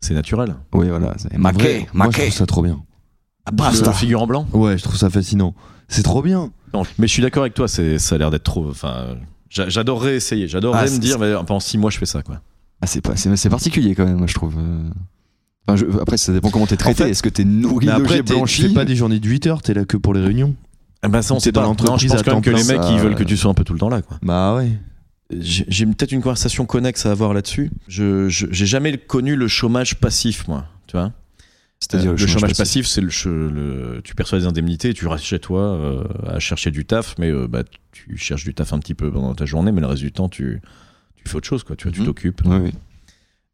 C: c'est naturel.
D: Oui, voilà. c'est
E: En vrai,
D: Maquet, ah,
E: Moi, je trouve
D: maquet.
E: ça trop bien.
C: Le, le figurant blanc
E: Ouais, je trouve ça fascinant. C'est trop bien.
C: Non, mais je suis d'accord avec toi, c'est ça a l'air d'être trop. Enfin, j'a- j'adorerais essayer, j'adorerais
D: Ah,
C: me
D: c'est-
C: dire, mais pendant 6 mois je fais ça quoi.
D: Ah, c'est pas, c'est, c'est particulier quand même, moi, je trouve. Euh, enfin, je- après, ça dépend comment t'es traité.
E: En fait-
D: Est-ce que t'es nourri,
E: Mais après,
D: logé,
E: t'es- tu
D: blanchi
E: fais pas des journées de 8 heures, t'es là que pour les réunions.
C: Ah bah ça on
E: T'es
C: sait
E: dans
C: pas. Non, je
E: l'entreprise
C: pense
E: à
C: quand même que
E: temps
C: les
E: plein,
C: mecs
E: ça,
C: ils veulent
E: ouais.
C: que tu sois un peu tout le temps là quoi.
E: Bah ouais.
C: J'ai j'ai peut-être une conversation connexe à avoir là-dessus. Je je- j'ai jamais connu le chômage passif moi, tu vois.
D: C'est-à-dire
C: Euh, le chômage passif, c'est le, che- le- tu perçois des indemnités, tu restes chez toi euh, à chercher du taf, mais euh, bah, tu cherches du taf un petit peu pendant ta journée, mais le reste du temps tu tu fais autre chose quoi, tu vois, tu
D: Mhm.
C: t'occupes.
D: Oui, oui.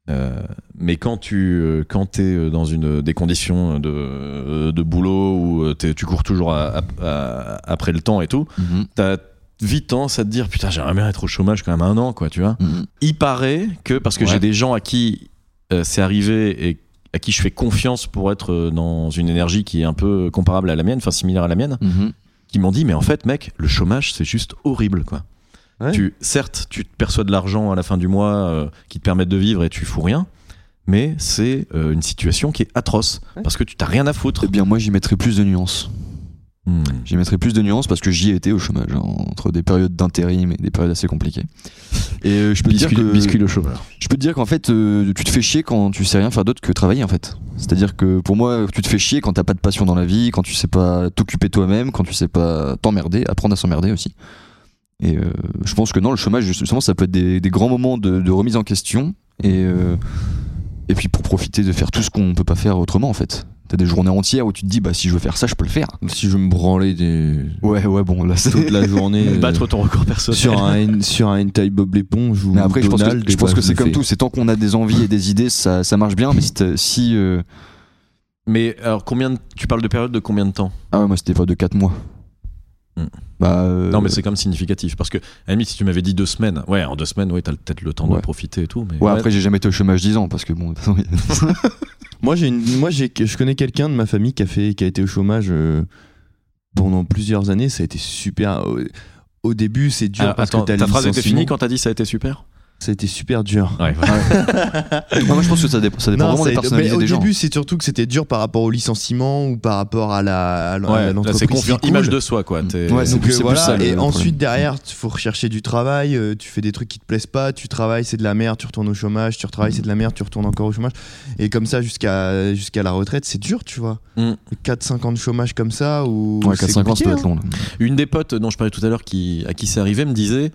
C: Euh, mais quand tu euh, quand t'es dans une des conditions de, euh, de boulot où euh, t'es- tu cours toujours à- à- à- après le temps et tout,
D: Mhm,
C: t'as vite tendance à te dire putain j'aimerais bien être au chômage quand même un an quoi tu vois.
D: mhm.
C: Il paraît que parce que
D: Ouais.
C: j'ai des gens à qui euh, c'est arrivé et à qui je fais confiance pour être euh, dans une énergie qui est un peu comparable à la mienne, enfin similaire à la mienne,
D: Mhm.
C: qui m'ont dit mais en fait mec le chômage c'est juste horrible quoi.
E: Ouais.
C: Tu certes tu te perçois de l'argent à la fin du mois euh, qui te permettent de vivre et tu fous rien, mais c'est euh, une situation qui est atroce
E: Ouais.
C: parce que tu t'as rien à foutre.
D: Eh bien, moi, j'y mettrais plus de nuances.
C: Hmm.
D: J'y mettrais plus de nuances parce que j'y ai été au chômage, hein, entre des périodes d'intérim et des périodes assez compliquées. Et euh, je peux te dire
C: Biscuit,
D: que.
C: biscuit le chômeur.
D: Je peux te dire qu'en fait, euh, tu te fais chier quand tu sais rien faire d'autre que travailler en fait. C'est-à-dire que pour moi, tu te fais chier quand t'as pas de passion dans la vie, quand tu sais pas t'occuper toi-même, quand tu sais pas t'emmerder, apprendre à s'emmerder aussi. Et euh, je pense que non, le chômage, justement, ça peut être des, des grands moments de, de remise en question et, euh, et puis pour profiter de faire tout ce qu'on peut pas faire autrement en fait. T'as des journées entières où tu te dis, bah si je veux faire ça, je peux le faire.
E: Si je me branlais des...
D: Ouais, ouais, bon, là c'est.
E: toute la journée euh,
C: Battre ton record personnel.
E: sur un sur un hentai Bob l'éponge ou
D: Mais après, je pense
E: Donald,
D: que, je pense
E: bah,
D: que
E: je
D: c'est
E: le
D: comme
E: fais.
D: tout, c'est tant qu'on a des envies et des idées, ça, ça marche bien, mais si. t'as- si euh,
C: Mais alors combien de- tu parles de période de combien de temps
D: Ah ouais, moi c'était pas de 4 mois.
C: Hmm.
D: Bah, euh,
C: Non, mais c'est quand même significatif. Parce que, à la limite, si tu m'avais dit deux semaines, ouais, en deux semaines, ouais, t'as peut-être le temps
D: Ouais.
C: de profiter et tout. Mais
D: Ouais, après j'ai jamais été au chômage 10 ans parce que bon. de toute façon,
E: Moi, j'ai une- moi j'ai je connais quelqu'un de ma famille qui a fait qui a été au chômage euh, pendant plusieurs années, ça a été super au, au début, c'est dur
C: Alors,
E: parce
C: Ah, attends,
E: que t'as
C: ta
E: le
C: phrase était
E: licenciement.
C: finie quand t'as dit ça a été super
E: ça a été super dur.
C: Ouais,
D: Non, Ah, moi je pense que ça dépend, ça dépend
E: Non,
D: vraiment
E: ça
D: des
E: a été-
D: personnalités
E: mais au
D: des gens.
E: début, c'est surtout que c'était dur par rapport au licenciement ou par rapport à la à l- à
C: là,
E: l'entreprise
C: c'est
E: qui
C: confiant.
E: coule.
C: Image de soi, quoi. T'es-
D: Mm. Ouais,
E: Ouais,
D: c'est
E: donc
D: plus-
E: euh,
D: c'est plus
E: voilà,
D: ça, le-
E: et
D: le
E: ensuite
D: problème.
E: derrière, il faut rechercher du travail, euh, tu fais des trucs qui te plaisent pas, tu travailles, c'est de la merde, tu retournes au chômage, tu retravailles, c'est de la merde, tu retournes encore au chômage. Et comme ça jusqu'à jusqu'à la retraite, c'est dur, tu vois.
C: Mm.
E: 4-5 ans de chômage comme ça, ou.
D: Ouais,
E: c'est
D: 4-5 ans, ça peut
E: compliqué, hein.
D: être long. là.
C: Une des potes dont je parlais tout à l'heure qui, à qui c'est arrivé me disait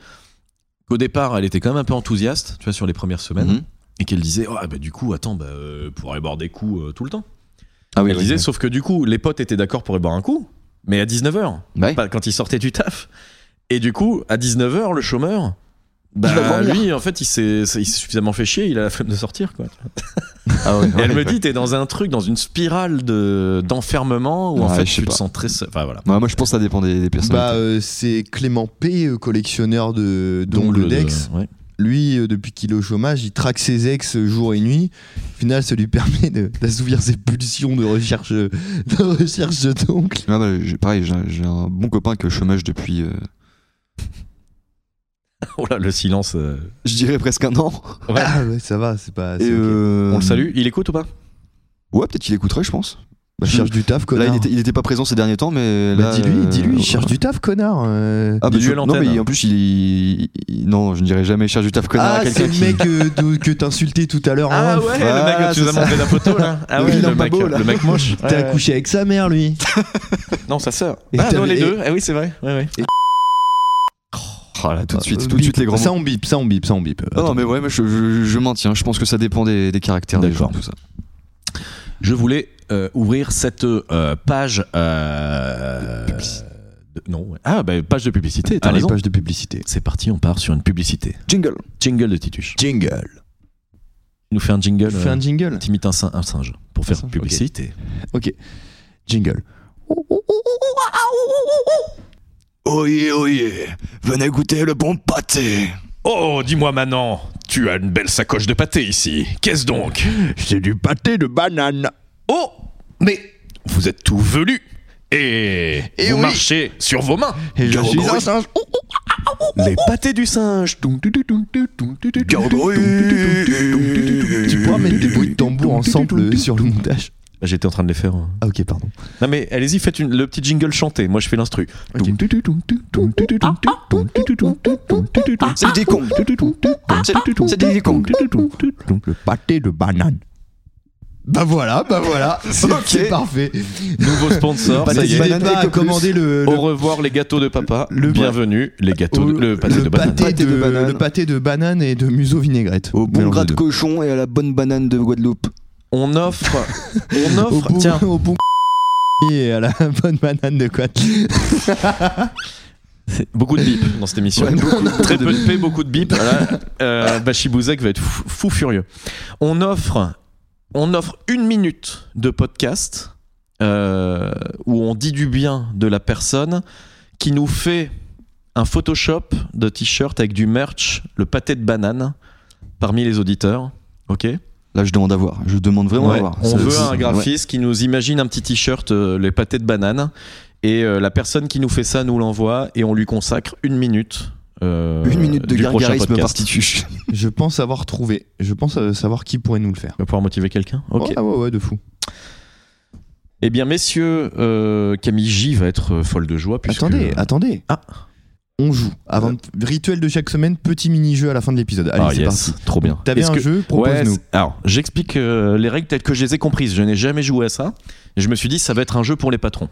C: qu'au départ, elle était quand même un peu enthousiaste, tu vois, sur les premières semaines.
D: Mhm.
C: Et qu'elle disait, oh, bah, du coup, attends, bah, euh, pour aller boire des coups euh, tout le temps.
D: Ah oui,
C: elle
D: oui,
C: disait,
D: oui.
C: sauf que du coup, les potes étaient d'accord pour aller boire un coup, mais à 19h.
D: Bah ouais.
C: pas quand il sortait du taf. Et du coup, à 19h, le chômeur,
D: Il va
C: Bah,
D: grandir.
C: lui, en fait, il s'est il s'est suffisamment fait chier, il a la flemme de sortir, quoi.
D: Ah ouais,
C: Et elle
D: ouais,
C: me
D: ouais.
C: dit, t'es dans un truc, dans une spirale de- d'enfermement où en
D: Ouais,
C: fait
D: je
C: tu
D: sais
C: te
D: pas.
C: sens très seul. Enfin voilà.
D: Ouais, Bah, moi, je pense que ça dépend des, des personnes.
E: Bah, euh, c'est Clément P, euh, collectionneur de d'ongles d'ex.
C: de- ouais.
E: Lui, euh, depuis qu'il est au chômage, il traque ses ex euh, jour et nuit. Au final, ça lui permet de- d'assouvir ses pulsions de recherche euh, de recherche d'ongles.
C: euh,
D: Ah bah, j'ai- pareil, j'ai un- j'ai un bon copain qui est au chômage depuis, euh,
C: Oh là, le silence. euh.
D: je dirais presque un an.
E: Ah ouais, ça va, c'est pas. c'est
D: Et,
E: ok.
D: euh,
C: On le salue, il écoute ou pas
D: Ouais, peut-être qu'il écouterait, je pense.
E: Bah, cherche du taf,
D: Là,
E: connard.
D: il était, il était pas présent ces derniers temps, mais
E: Bah,
D: là.
E: dis-lui,
D: euh,
E: dis-lui,
D: ouais.
E: cherche du taf, connard. euh.
D: Ah, bah,
C: Dis-lui
D: je-
C: à
D: non,
C: l'antenne.
D: mais en plus, il, il- il- Non, je ne dirais jamais cherche du taf connard
E: Ah,
D: à
E: c'est
D: quelqu'un
E: le
D: qui.
E: mec euh, de- que t'insultais tout à l'heure. hein.
C: ouais,
D: Ah le mec dont tu nous as montré
C: la photo là. Ah
D: Le
C: ouais,
D: vilain
C: le mec,
D: babot, là.
C: le mec moche.
E: T'as couché avec sa mère, lui.
C: Non, sa sœur.
E: Et
C: Ah non,
E: t'avais-
C: les deux. Ah oui, c'est vrai. Ouais, ouais.
D: Oh là, tout de suite,
E: Euh,
D: tout de
E: bip.
D: suite, les grands
E: Ça,
D: mots.
E: on bip, ça, on bip, ça, on bip. Euh,
D: Ah, non, mais ouais, mais je, je, je maintiens. Je pense que ça dépend des, des caractères des gens,
C: D'accord.
D: tout ça.
C: Je voulais euh, ouvrir cette euh, page. euh, de- non. ouais. Ah bah page de publicité. T'as
E: Allez,
C: raison.
E: page de publicité.
C: C'est parti, on part sur une publicité.
D: Jingle.
C: Jingle de Tituche.
E: Jingle. Euh,
C: Il nous fait un jingle.
E: Fais un jingle.
C: T'imites un, sin- un singe pour faire
E: singe, ok.
C: publicité.
E: Ok. Jingle.
D: Oyez, oyez, venez goûter le bon pâté.
C: Oh, dis-moi Manon, tu as une belle sacoche de pâté ici. Qu'est-ce donc
E: C'est du pâté de banane.
C: Oh, mais Eh vous êtes tout velu et,
E: Et
C: vous
E: oui.
C: marchez sur vos mains.
E: Et je suis un singe.
C: Les pâtés du singe.
E: Tu pourras mettre des bruits de tambour ensemble euh, sur le montage.
C: J'étais en train de les faire. hein.
E: Ah, ok, pardon.
C: Non mais allez-y, faites une- le petit jingle chanté. Moi je fais l'instru.
D: C'est des cons. C'est- C'est des cons.
E: Le pâté de banane. Bah voilà, bah voilà. C'est
D: Ok.
E: c'est parfait.
C: Nouveau sponsor. ça y
E: N'hésitez
C: est.
D: banane
E: pas à
D: avec plus.
E: commander le, le-
C: bah, Au revoir les gâteaux de papa.
E: Le-
C: Bienvenue les gâteaux, de,
E: au-
C: le pâté de banane.
E: pâté
D: Pâté de
E: de-
D: banane.
E: le pâté de banane et de museau vinaigrette.
D: Au bon
E: Mélange
D: gras
E: des
D: de
E: deux.
D: cochon et à la bonne banane de Guadeloupe.
C: On offre, on
E: Au
C: offre.
E: bon,
C: tiens,
E: au bon et à la bonne banane de quoi
C: beaucoup de bip dans cette émission. Très peu de paix, beaucoup de bip. Voilà. Euh, Bachi Bouzek va être fou, fou furieux. On offre, on offre une minute de podcast euh, où on dit du bien de la personne qui nous fait un Photoshop de t-shirt avec du merch, le pâté de banane parmi les auditeurs. Ok.
D: Là, je demande à voir. Je demande vraiment
C: Ouais,
D: à voir.
C: On
D: Ça-
C: veut
D: ça-
C: un graphiste qui nous imagine un petit t-shirt, euh, les pâtés de banane. Et euh, la personne qui nous fait ça nous l'envoie et on lui consacre une minute. euh,
D: ouais. Une minute de
C: du prochain
D: gargarisme
C: podcast.
D: partituche.
E: Je pense avoir trouvé. Je pense euh, savoir qui pourrait nous le faire.
C: On va pouvoir motiver quelqu'un Ok.
E: Oh, ah ouais, ouais, de fou.
C: Eh bien, messieurs, euh, Camille J va être euh, folle de joie. Puisque...
E: Attendez, attendez.
C: Ah. Euh.
E: On joue. Avant de- Rituel de chaque semaine, petit mini-jeu à la fin de l'épisode. Allez,
C: Ah,
E: c'est
C: yes,
E: parti.
C: trop bien.
E: T'avais
C: Est-ce
E: un
C: que-
E: jeu,
C: Ouais,
E: propose-nous.
C: c'est- alors, j'explique euh, les règles telles que je les ai comprises. Je n'ai jamais joué à ça. Et je me suis dit, ça va être un jeu pour les patrons.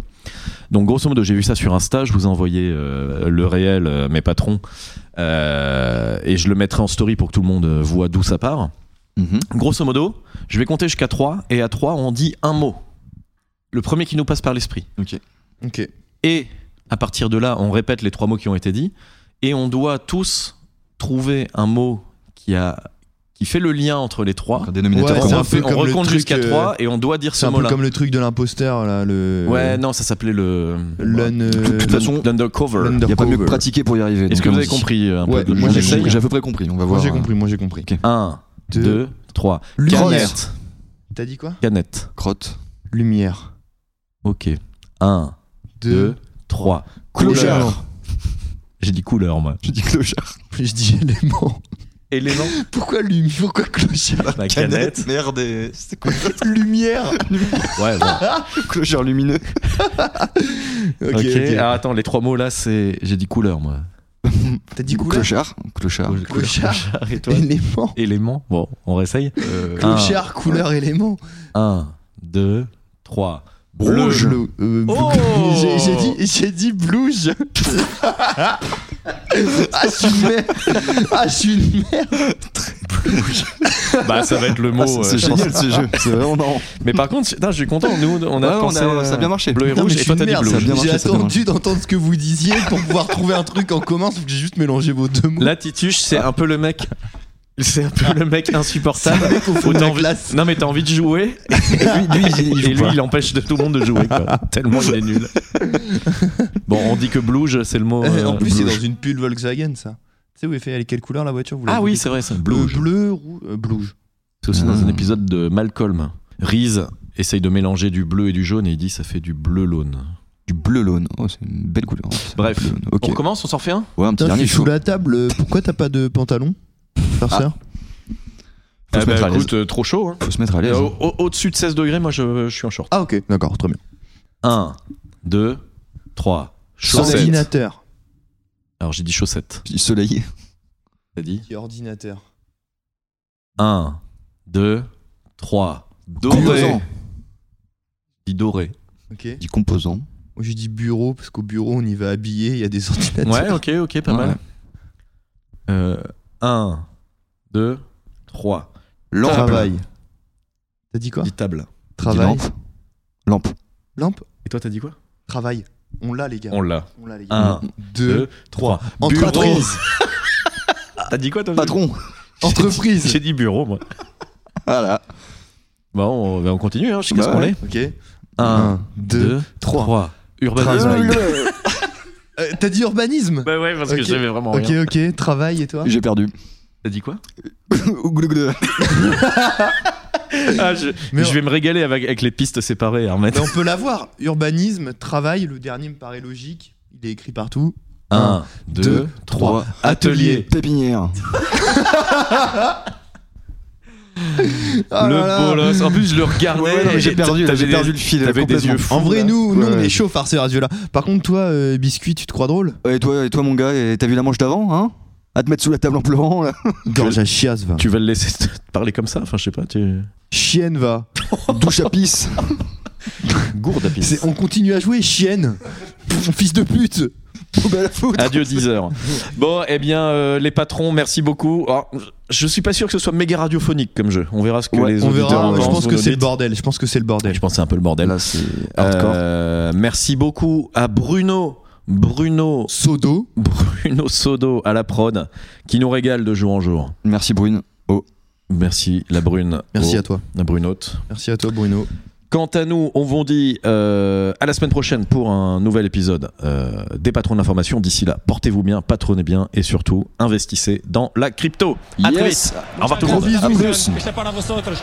C: Donc, grosso modo, j'ai vu ça sur Insta. Je vous ai envoyé euh, le réel, euh, mes patrons. Euh, et je le mettrai en story pour que tout le monde euh, voit d'où ça part.
D: Mhm.
C: Grosso modo, je vais compter jusqu'à 3. Et à 3, on dit un mot. Le premier qui nous passe par l'esprit.
E: Ok.
C: Et à partir de là, on répète les trois mots qui ont été dits. Et on doit tous trouver un mot qui, a, qui fait le lien entre les trois.
D: Un dénominateur
E: Ouais,
D: commun.
E: c'est
C: on,
E: un peu
C: fait- on
E: comme le
C: recompte
E: truc,
C: jusqu'à
E: euh,
C: 3 et on doit dire
E: C'est
C: ce
E: un peu
C: mot-là.
E: comme le truc de l'imposteur, là. Le...
C: Ouais, non, ça s'appelait le.
E: L'un. euh,
D: De toute façon,
C: L'undercover.
D: Il n'y a pas mieux que
E: l'undercover.
D: pratiquer pour y arriver.
C: Est-ce
D: donc
C: que vous
D: allons-y.
C: avez compris euh, un
E: Ouais,
C: peu de
E: moi,
C: on
E: j'ai
C: essaye
E: compris.
D: J'ai à peu près compris. On va
E: Moi,
D: voir.
E: j'ai compris, moi, j'ai compris.
C: 1,
E: Deux.
C: 2, 3.
E: Lumière.
C: Canette.
E: T'as dit quoi
C: Canette.
D: Crotte.
E: Lumière.
C: Ok. 1, 2, 3. Couleur.
E: Couleur.
C: J'ai dit couleur, moi.
D: J'ai dit clochard.
E: Je dis élément.
C: Élément.
E: Pourquoi lumière Pourquoi clochard
C: La canette.
D: Merde. et- C'est quoi
E: Lumière
C: Ouais, bon.
D: Clochard lumineux.
E: Ok,
C: Ok.
E: ok.
C: Ah, attends, les trois mots là, c'est. J'ai dit couleur, moi.
E: T'as dit couleur
D: Clochard. Clochard.
E: Clochard.
C: Ah, Et toi
E: Élément.
C: Élément. Bon, on réessaye.
E: Clochard, couleur, élément.
C: 1, 2, 3.
E: Rouge. Le- euh,
C: Oh
E: bleu- j'ai, j'ai dit, j'ai dit blouge. ah, je suis une merde. Ah, je suis une merde.
C: bah, ça va être le mot.
D: Ah,
C: euh,
D: c'est
C: je pense.
D: génial ce jeu. C'est vraiment marrant.
C: Mais par contre, putain, je suis content. Nous, on a
D: Ouais,
C: pensé. euh,
D: on a- ça a bien marché.
C: Bleu et
E: Putain, mais
C: rouge,
E: je
C: et
E: suis
C: toi, t'as
E: une
C: dit
E: merde,
C: bleu.
D: ça a bien
E: J'ai
D: marché, ça a bien
E: attendu d'entendre ce que vous disiez pour pouvoir trouver un truc en commun, sauf que j'ai juste mélangé vos deux mots.
C: Là, Tituche, c'est un peu le mec. C'est un peu le mec insupportable.
E: mec au fond de
C: Autant
E: la
C: que-
E: classe.
C: Non mais t'as envie de jouer et lui, lui, il, et lui, il empêche de tout le monde de jouer quoi. tellement il est nul. Bon on dit que blouge c'est le mot.
E: Euh,
C: euh,
E: en plus, c'est dans
C: blouge.
E: une pull Volkswagen, ça. Tu sais où est fait avec quelle couleur la voiture vous l'avez
C: ah oui
E: dit
C: c'est vrai ça.
E: bleu,
C: Blouge.
E: bleu, roux, euh, blouge.
C: C'est aussi dans
D: Ah.
C: un épisode de Malcolm. Reese essaye de mélanger du bleu et du jaune et il dit ça fait du bleu l'aune.
D: Du bleu laune. Oh, c'est une belle couleur.
C: Bref.
D: Bleu laune. Ok.
C: On recommence on s'en refait un
D: Ouais, un petit
E: Putain, je
D: dernier.
E: suis
D: chaud.
E: sous la table. euh, Pourquoi t'as pas de pantalon, frère sœur
D: Faut se
C: Eh ben,
D: mettre à l'aise.
C: écoute, euh, trop chaud. hein.
D: Faut se mettre à l'aise.
C: Au- au- Au-dessus de 16 degrés moi je, je suis en short.
E: Ah, ok, d'accord, très bien.
C: 1, 2, 3. Chaussettes.
E: Ordinateur.
C: Alors j'ai dit chaussettes.
D: Puis Soleil.
C: T'as dit
E: Qui est ordinateur
C: 1, 2, 3. Doré.
D: Composant.
C: Je dis doré.
E: Ok.
D: Dit composant.
E: Moi j'ai dit bureau parce qu'au bureau on y va habillé, il y a des
C: Ouais,
E: ordinateurs.
C: ok, ok, pas
D: Ouais.
C: mal. Euh, 1, 2, 3.
D: Lampe.
E: Travail. T'as dit quoi
C: Dit table.
D: Dit
E: Travail.
D: lampe. Lampe.
E: Lampe.
C: Et toi, t'as dit quoi
E: Travail. On l'a les gars.
C: On l'a.
E: On l'a les gars.
C: 1, 2, 3. Bureau.
E: Entreprise.
C: T'as dit quoi, toi
D: Patron. Ah
E: Entreprise.
C: J'ai dit bureau, moi.
D: Voilà.
C: Bah, on, bah, on continue, hein, jusqu'à
D: Bah
C: ce qu'on
D: ouais.
C: l'ait.
E: Ok.
C: 1,
E: Un,
C: 2, 3.
E: Travail.
C: Urbanisme.
E: Euh, T'as dit urbanisme
C: Bah ouais, parce
E: Ok.
C: que j'avais vraiment
E: Ok,
C: rien.
E: ok. Travail et toi
D: J'ai perdu.
C: T'as dit quoi
D: Glou, glou.
C: ah, je,
E: Mais
C: je
E: on-
C: vais me régaler avec, avec les pistes séparées, hein,
E: Mais
C: Armand.
E: Ben, on peut l'avoir. Urbanisme, travail, le dernier me paraît logique. Il est écrit partout.
C: 1, 2,
D: deux,
C: 3.
D: trois.
C: Atelier.
D: Pépinière.
E: Ah là là.
C: le bolos. En plus, je le regardais.
D: Ouais, non, mais j'ai
C: et
D: perdu,
C: t'avais
D: j'ai
C: des-
D: perdu le fil,
C: T'avais des
D: complètement.
C: yeux fous.
E: En vrai,
C: là.
E: nous,
D: Ouais,
E: nous on
D: ouais.
E: est chaud farceur à ce là Par contre, toi, euh, Biscuit, tu te crois drôle
D: Et toi, et toi mon gars, et t'as vu la manche d'avant, hein À te mettre sous la table en pleurant, là.
E: Gorge à chiasse, va.
C: Tu vas le laisser te parler comme ça Enfin, je sais pas. Tu...
E: Chienne, va.
D: Douche à pisse.
E: Ah,
C: Gourde à pisse.
E: C'est- On continue à jouer, chienne. Pff, Fils de pute.
D: Poubelle à foutre.
C: Adieu 10 heures. Bon, eh bien, euh, les patrons, merci beaucoup. Alors, je suis pas sûr que ce soit méga radiophonique comme jeu. On verra ce que
D: Ouais,
C: les
E: On
C: auditeurs
E: verra.
C: en
E: Je
C: pensent,
E: pense
C: vous
E: que
C: nous
E: c'est le
C: dites.
E: bordel. Je pense que c'est le bordel.
C: Je pense que c'est un peu le bordel.
D: Ah, Là, c'est hardcore.
C: Euh, merci beaucoup à Bruno. Bruno,
E: Sodo.
C: Bruno Sodo à la prod qui nous régale de jour en jour.
D: Merci, Brune.
C: Merci la brune.
E: Merci
C: Oh,
E: à toi.
C: la brunote.
E: Merci à toi, Bruno.
C: Quant à nous, on vous dit euh, à la semaine prochaine pour un nouvel épisode euh, des patrons d'information. D'ici là, portez-vous bien, patronnez bien et surtout investissez dans la crypto. À très
D: Yes.
C: vite. Au revoir tout le
A: Muchas
C: monde.
A: gracias,
D: A
A: afición.
D: plus.
A: Este para vosotros.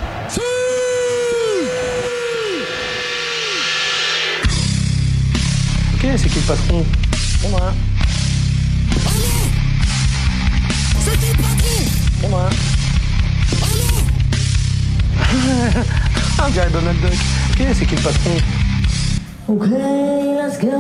B: Ok, c'est qui le patron C'est moi. C'est moi. On dirait Donald Duck. Ok, c'est qui le patron
F: Okay, let's go.